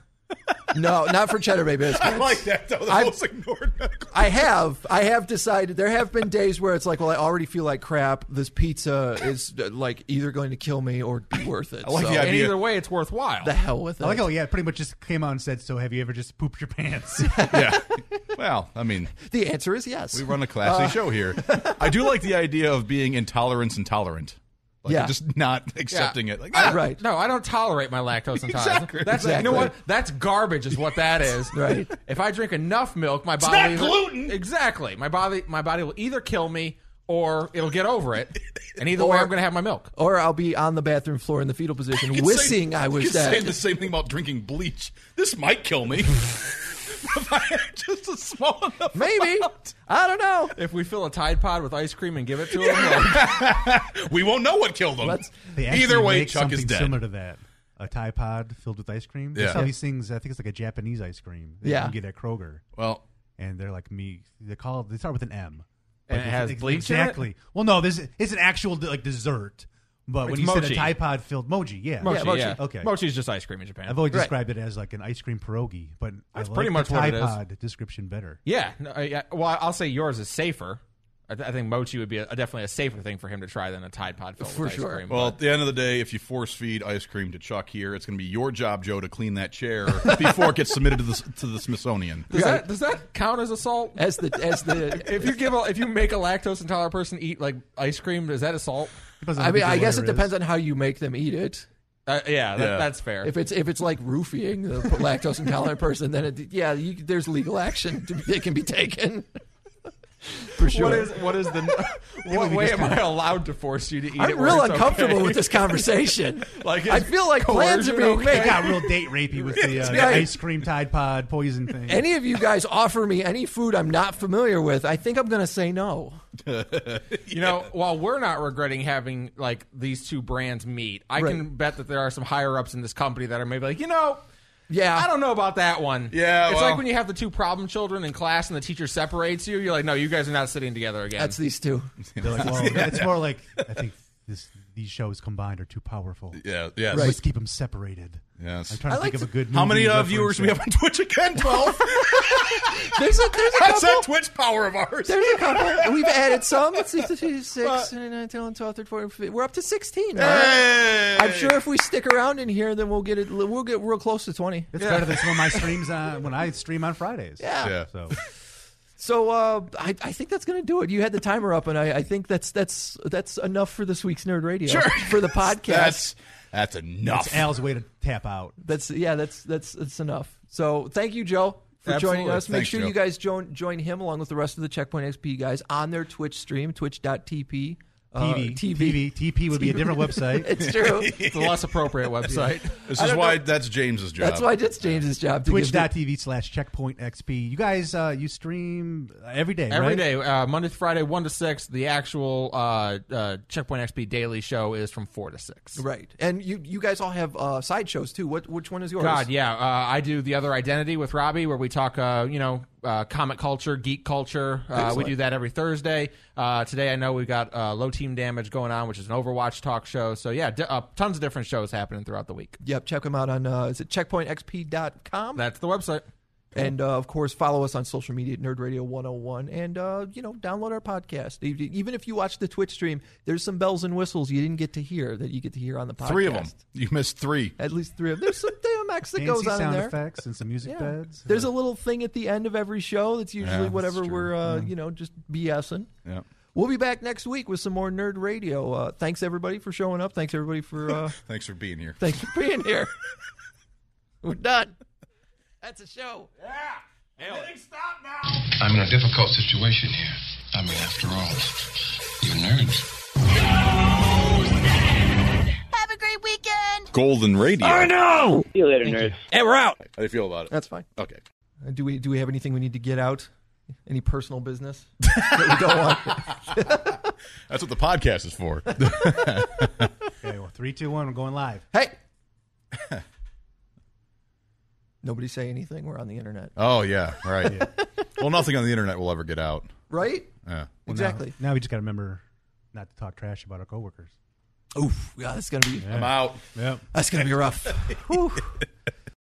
Speaker 5: No, not for Cheddar Bay biscuits.
Speaker 7: I like that. That was the
Speaker 5: I-
Speaker 7: most ignored medical.
Speaker 5: I have. I have decided. There have been days where it's like, well, I already feel like crap. This pizza is uh, like either going to kill me or be worth it.
Speaker 7: I like
Speaker 5: so,
Speaker 7: the
Speaker 11: And
Speaker 7: idea.
Speaker 11: either way, it's worthwhile.
Speaker 5: the hell with it.
Speaker 6: I like, oh yeah, pretty much just came out and said, "So have you ever just pooped your pants?"
Speaker 7: yeah. Well, I mean,
Speaker 5: the answer is yes.
Speaker 7: we run a classy show here. I do like the idea of being intolerance intolerant. Like
Speaker 5: Yeah.
Speaker 7: just not accepting it. Like, ah,
Speaker 5: right.
Speaker 11: No, I don't tolerate my lactose intolerance.
Speaker 7: Exactly.
Speaker 11: That's you know
Speaker 5: Exactly.
Speaker 11: what? That's garbage is what that is.
Speaker 5: Right.
Speaker 11: If I drink enough milk, my body
Speaker 7: not gluten.
Speaker 11: Exactly. My body my body will either kill me or it'll get over it. And either way
Speaker 5: Or-
Speaker 11: I'm gonna have my milk.
Speaker 5: Or I'll be on the bathroom floor in the fetal position,
Speaker 7: could
Speaker 5: wishing
Speaker 7: say-
Speaker 5: I was
Speaker 7: could say
Speaker 5: dead.
Speaker 7: the same thing about drinking bleach. This might kill me. if I had just a small enough.
Speaker 5: Maybe I don't know.
Speaker 11: If we fill a Tide Pod with ice cream and give it to him, like,
Speaker 7: We won't know what killed him.
Speaker 5: Let's-
Speaker 6: They actually
Speaker 7: Either way,
Speaker 6: make
Speaker 7: Chuck
Speaker 6: something
Speaker 7: is dead.
Speaker 6: Similar to that, a Tide pod filled with ice cream. That's
Speaker 7: Yeah.
Speaker 6: how these things. I think it's like a Japanese ice cream. that
Speaker 5: Yeah.
Speaker 6: you can get at Kroger,
Speaker 7: Well,
Speaker 6: and they're like me. They call they start with an M. But
Speaker 11: And it
Speaker 6: it's-
Speaker 11: has
Speaker 6: it's-
Speaker 11: bleach in it?
Speaker 6: Exactly. Well, no, this it's an actual like dessert. But when
Speaker 11: It's
Speaker 6: you said
Speaker 11: mochi.
Speaker 6: a Tide pod filled mochi, yeah,
Speaker 11: mochi,
Speaker 5: mochi.
Speaker 11: yeah.
Speaker 6: Okay.
Speaker 11: Mochi is just ice cream in Japan.
Speaker 6: I've always
Speaker 5: Right.
Speaker 6: described it as like an ice cream pierogi, but
Speaker 11: That's
Speaker 6: I like
Speaker 11: pretty much
Speaker 6: the
Speaker 11: what it
Speaker 6: Tide
Speaker 11: is.
Speaker 6: pod description better.
Speaker 11: Yeah, no, I- yeah. Well, I'll say yours is safer. I, th- I think mochi would be a, definitely a safer thing for him to try than a Tide Pod filled
Speaker 5: For
Speaker 11: with ice
Speaker 5: sure.
Speaker 11: cream.
Speaker 7: Well,
Speaker 11: but-
Speaker 7: at the end of the day, if you force feed ice cream to Chuck here, it's going to be your job, Joe, to clean that chair before it gets submitted to the, to the Smithsonian.
Speaker 11: does that does that count as assault?
Speaker 5: As the as the.
Speaker 11: If you give a, if you make a lactose intolerant person eat like ice cream, is that assault?
Speaker 6: Depends on
Speaker 5: I
Speaker 6: how
Speaker 5: mean,
Speaker 6: big
Speaker 5: I
Speaker 6: the
Speaker 5: guess it
Speaker 6: layer is.
Speaker 5: depends on how you make them eat it.
Speaker 11: Uh, yeah, that,
Speaker 7: Yeah.
Speaker 11: that's fair.
Speaker 5: If it's if it's like roofing the lactose intolerant person, then it, yeah, you, there's legal action to, that can be taken. For sure.
Speaker 11: What is what is the what way am I allowed to force you to eat? it
Speaker 5: I'm
Speaker 11: where
Speaker 5: real
Speaker 11: it's
Speaker 5: uncomfortable
Speaker 11: okay?
Speaker 5: with this conversation.
Speaker 11: Like,
Speaker 5: I
Speaker 11: is
Speaker 5: feel like plans are being
Speaker 11: coercion
Speaker 5: made.
Speaker 6: It got real date rapey with the, uh, the
Speaker 5: right.
Speaker 6: ice cream Tide Pod poison thing.
Speaker 5: Any of you guys offer me any food I'm not familiar with, I think I'm going to say no.
Speaker 11: You know, while we're not regretting having like these two brands meet, I can
Speaker 5: Right.
Speaker 11: bet that there are some higher ups in this company that are maybe like, you know,
Speaker 5: Yeah.
Speaker 11: I don't know about that one.
Speaker 7: Yeah,
Speaker 11: it's
Speaker 7: well-
Speaker 11: like when you have the two problem children in class and the teacher separates you. You're like, no, you guys are not sitting together again.
Speaker 5: That's these two.
Speaker 6: They're like, well, it's more like I think this, these shows combined are too powerful.
Speaker 7: Yeah, yes.
Speaker 5: Right.
Speaker 6: Let's keep them separated.
Speaker 7: Yes.
Speaker 6: I'm trying
Speaker 5: I
Speaker 6: to
Speaker 5: like
Speaker 6: think of a
Speaker 5: to-
Speaker 6: good. Movie
Speaker 7: How many uh,
Speaker 6: reference
Speaker 7: viewers
Speaker 6: here.
Speaker 7: we have on Twitch again? 12?
Speaker 5: There's a, there's a
Speaker 7: That's that
Speaker 5: couple.
Speaker 7: Twitch power of ours.
Speaker 5: There's a couple. We've added some. Let's see, 6, 9, 10, 12, 13, 14, 15. We're up to 16. all right?
Speaker 7: Hey!
Speaker 5: I'm sure if we stick around in here, then we'll get it. We'll get real close to 20.
Speaker 6: It's better than some of my streams on, when I stream on Fridays.
Speaker 5: Yeah.
Speaker 7: Yeah.
Speaker 6: So
Speaker 5: So uh, I, I think that's going to do it. You had the timer up, and I, I think that's that's that's enough for this week's Nerd Radio.
Speaker 7: Sure.
Speaker 5: For the podcast.
Speaker 7: That's That's enough.
Speaker 6: That's Al's way to tap out.
Speaker 5: That's yeah. That's that's that's enough. So thank you, Joe, for
Speaker 7: Absolutely.
Speaker 5: joining us. Make
Speaker 7: Thanks,
Speaker 5: sure
Speaker 7: Joe.
Speaker 5: you guys join join him along with the rest of the Checkpoint XP guys on their Twitch stream, twitch.tp. Uh,
Speaker 6: TV, TV, TP would be a different website.
Speaker 5: It's true.
Speaker 11: It's a less appropriate website.
Speaker 7: This
Speaker 5: I
Speaker 7: is
Speaker 5: don't
Speaker 7: why
Speaker 5: know.
Speaker 7: that's James's job.
Speaker 5: That's why it's James's job. To give the-
Speaker 6: Twitch.tv slash checkpoint XP. You guys, uh, you stream every day,
Speaker 11: Every
Speaker 6: right?
Speaker 11: day, uh, Monday to Friday, one to six. The actual uh, uh, Checkpoint XP daily show is from four to six.
Speaker 5: Right, and you you guys all have uh, side shows too. What which one is yours?
Speaker 11: God, yeah. Uh, I do the other identity with Robbie, where we talk, uh, you know, uh, comic culture, geek culture. Uh, we
Speaker 5: Excellent.
Speaker 11: do that every Thursday. Uh, today, I know we've got uh, low team damage going on, which is an Overwatch talk show. So yeah, d- uh, tons of different shows happening throughout the week.
Speaker 5: Yep, check them out on uh, is it checkpointxp.com?
Speaker 11: That's the website.
Speaker 5: And uh, of course, follow us on social media at Nerd Radio 101, and uh, you know, download our podcast. E- Even if you watch the Twitch stream, there's some bells and whistles you didn't get to hear that you get to hear on the podcast.
Speaker 7: three of them. You missed three.
Speaker 5: at least three of them. There's some damn X that
Speaker 6: Fancy
Speaker 5: goes on in
Speaker 6: sound
Speaker 5: there.
Speaker 6: effects and some music
Speaker 5: Yeah.
Speaker 6: beds.
Speaker 5: There's a little thing at the end of every show that's usually
Speaker 7: Yeah, that's
Speaker 5: whatever
Speaker 7: true.
Speaker 5: we're uh, you know just BSing.
Speaker 7: Yeah.
Speaker 5: We'll be back next week with some more Nerd Radio. Uh, thanks everybody for showing up. Thanks everybody for uh,
Speaker 7: Thanks for being here.
Speaker 5: thanks for being here. we're done. That's a show.
Speaker 12: I'm in a difficult situation here. I mean, after all, you're nerds.
Speaker 10: Have a great weekend.
Speaker 7: Golden Radio. I know.
Speaker 8: See you later, nerds.
Speaker 7: How do you feel about it?
Speaker 5: That's fine.
Speaker 7: Okay.
Speaker 5: Uh, Do we do we have anything we need to get out? Any personal business that we don't want?
Speaker 7: That's what the podcast is for.
Speaker 6: Okay, well, three, two, one. We're going live.
Speaker 5: Hey. Nobody say anything. We're on the internet,
Speaker 7: oh yeah, right. Well, nothing on the internet will ever get out.
Speaker 5: right?
Speaker 7: Yeah.
Speaker 6: Well, now-
Speaker 5: exactly.
Speaker 6: Now, we just got to remember not to talk trash about our coworkers.
Speaker 5: Oof. Yeah, that's gonna be
Speaker 7: I'm out.
Speaker 6: Yep.
Speaker 5: that's gonna be rough. Whew.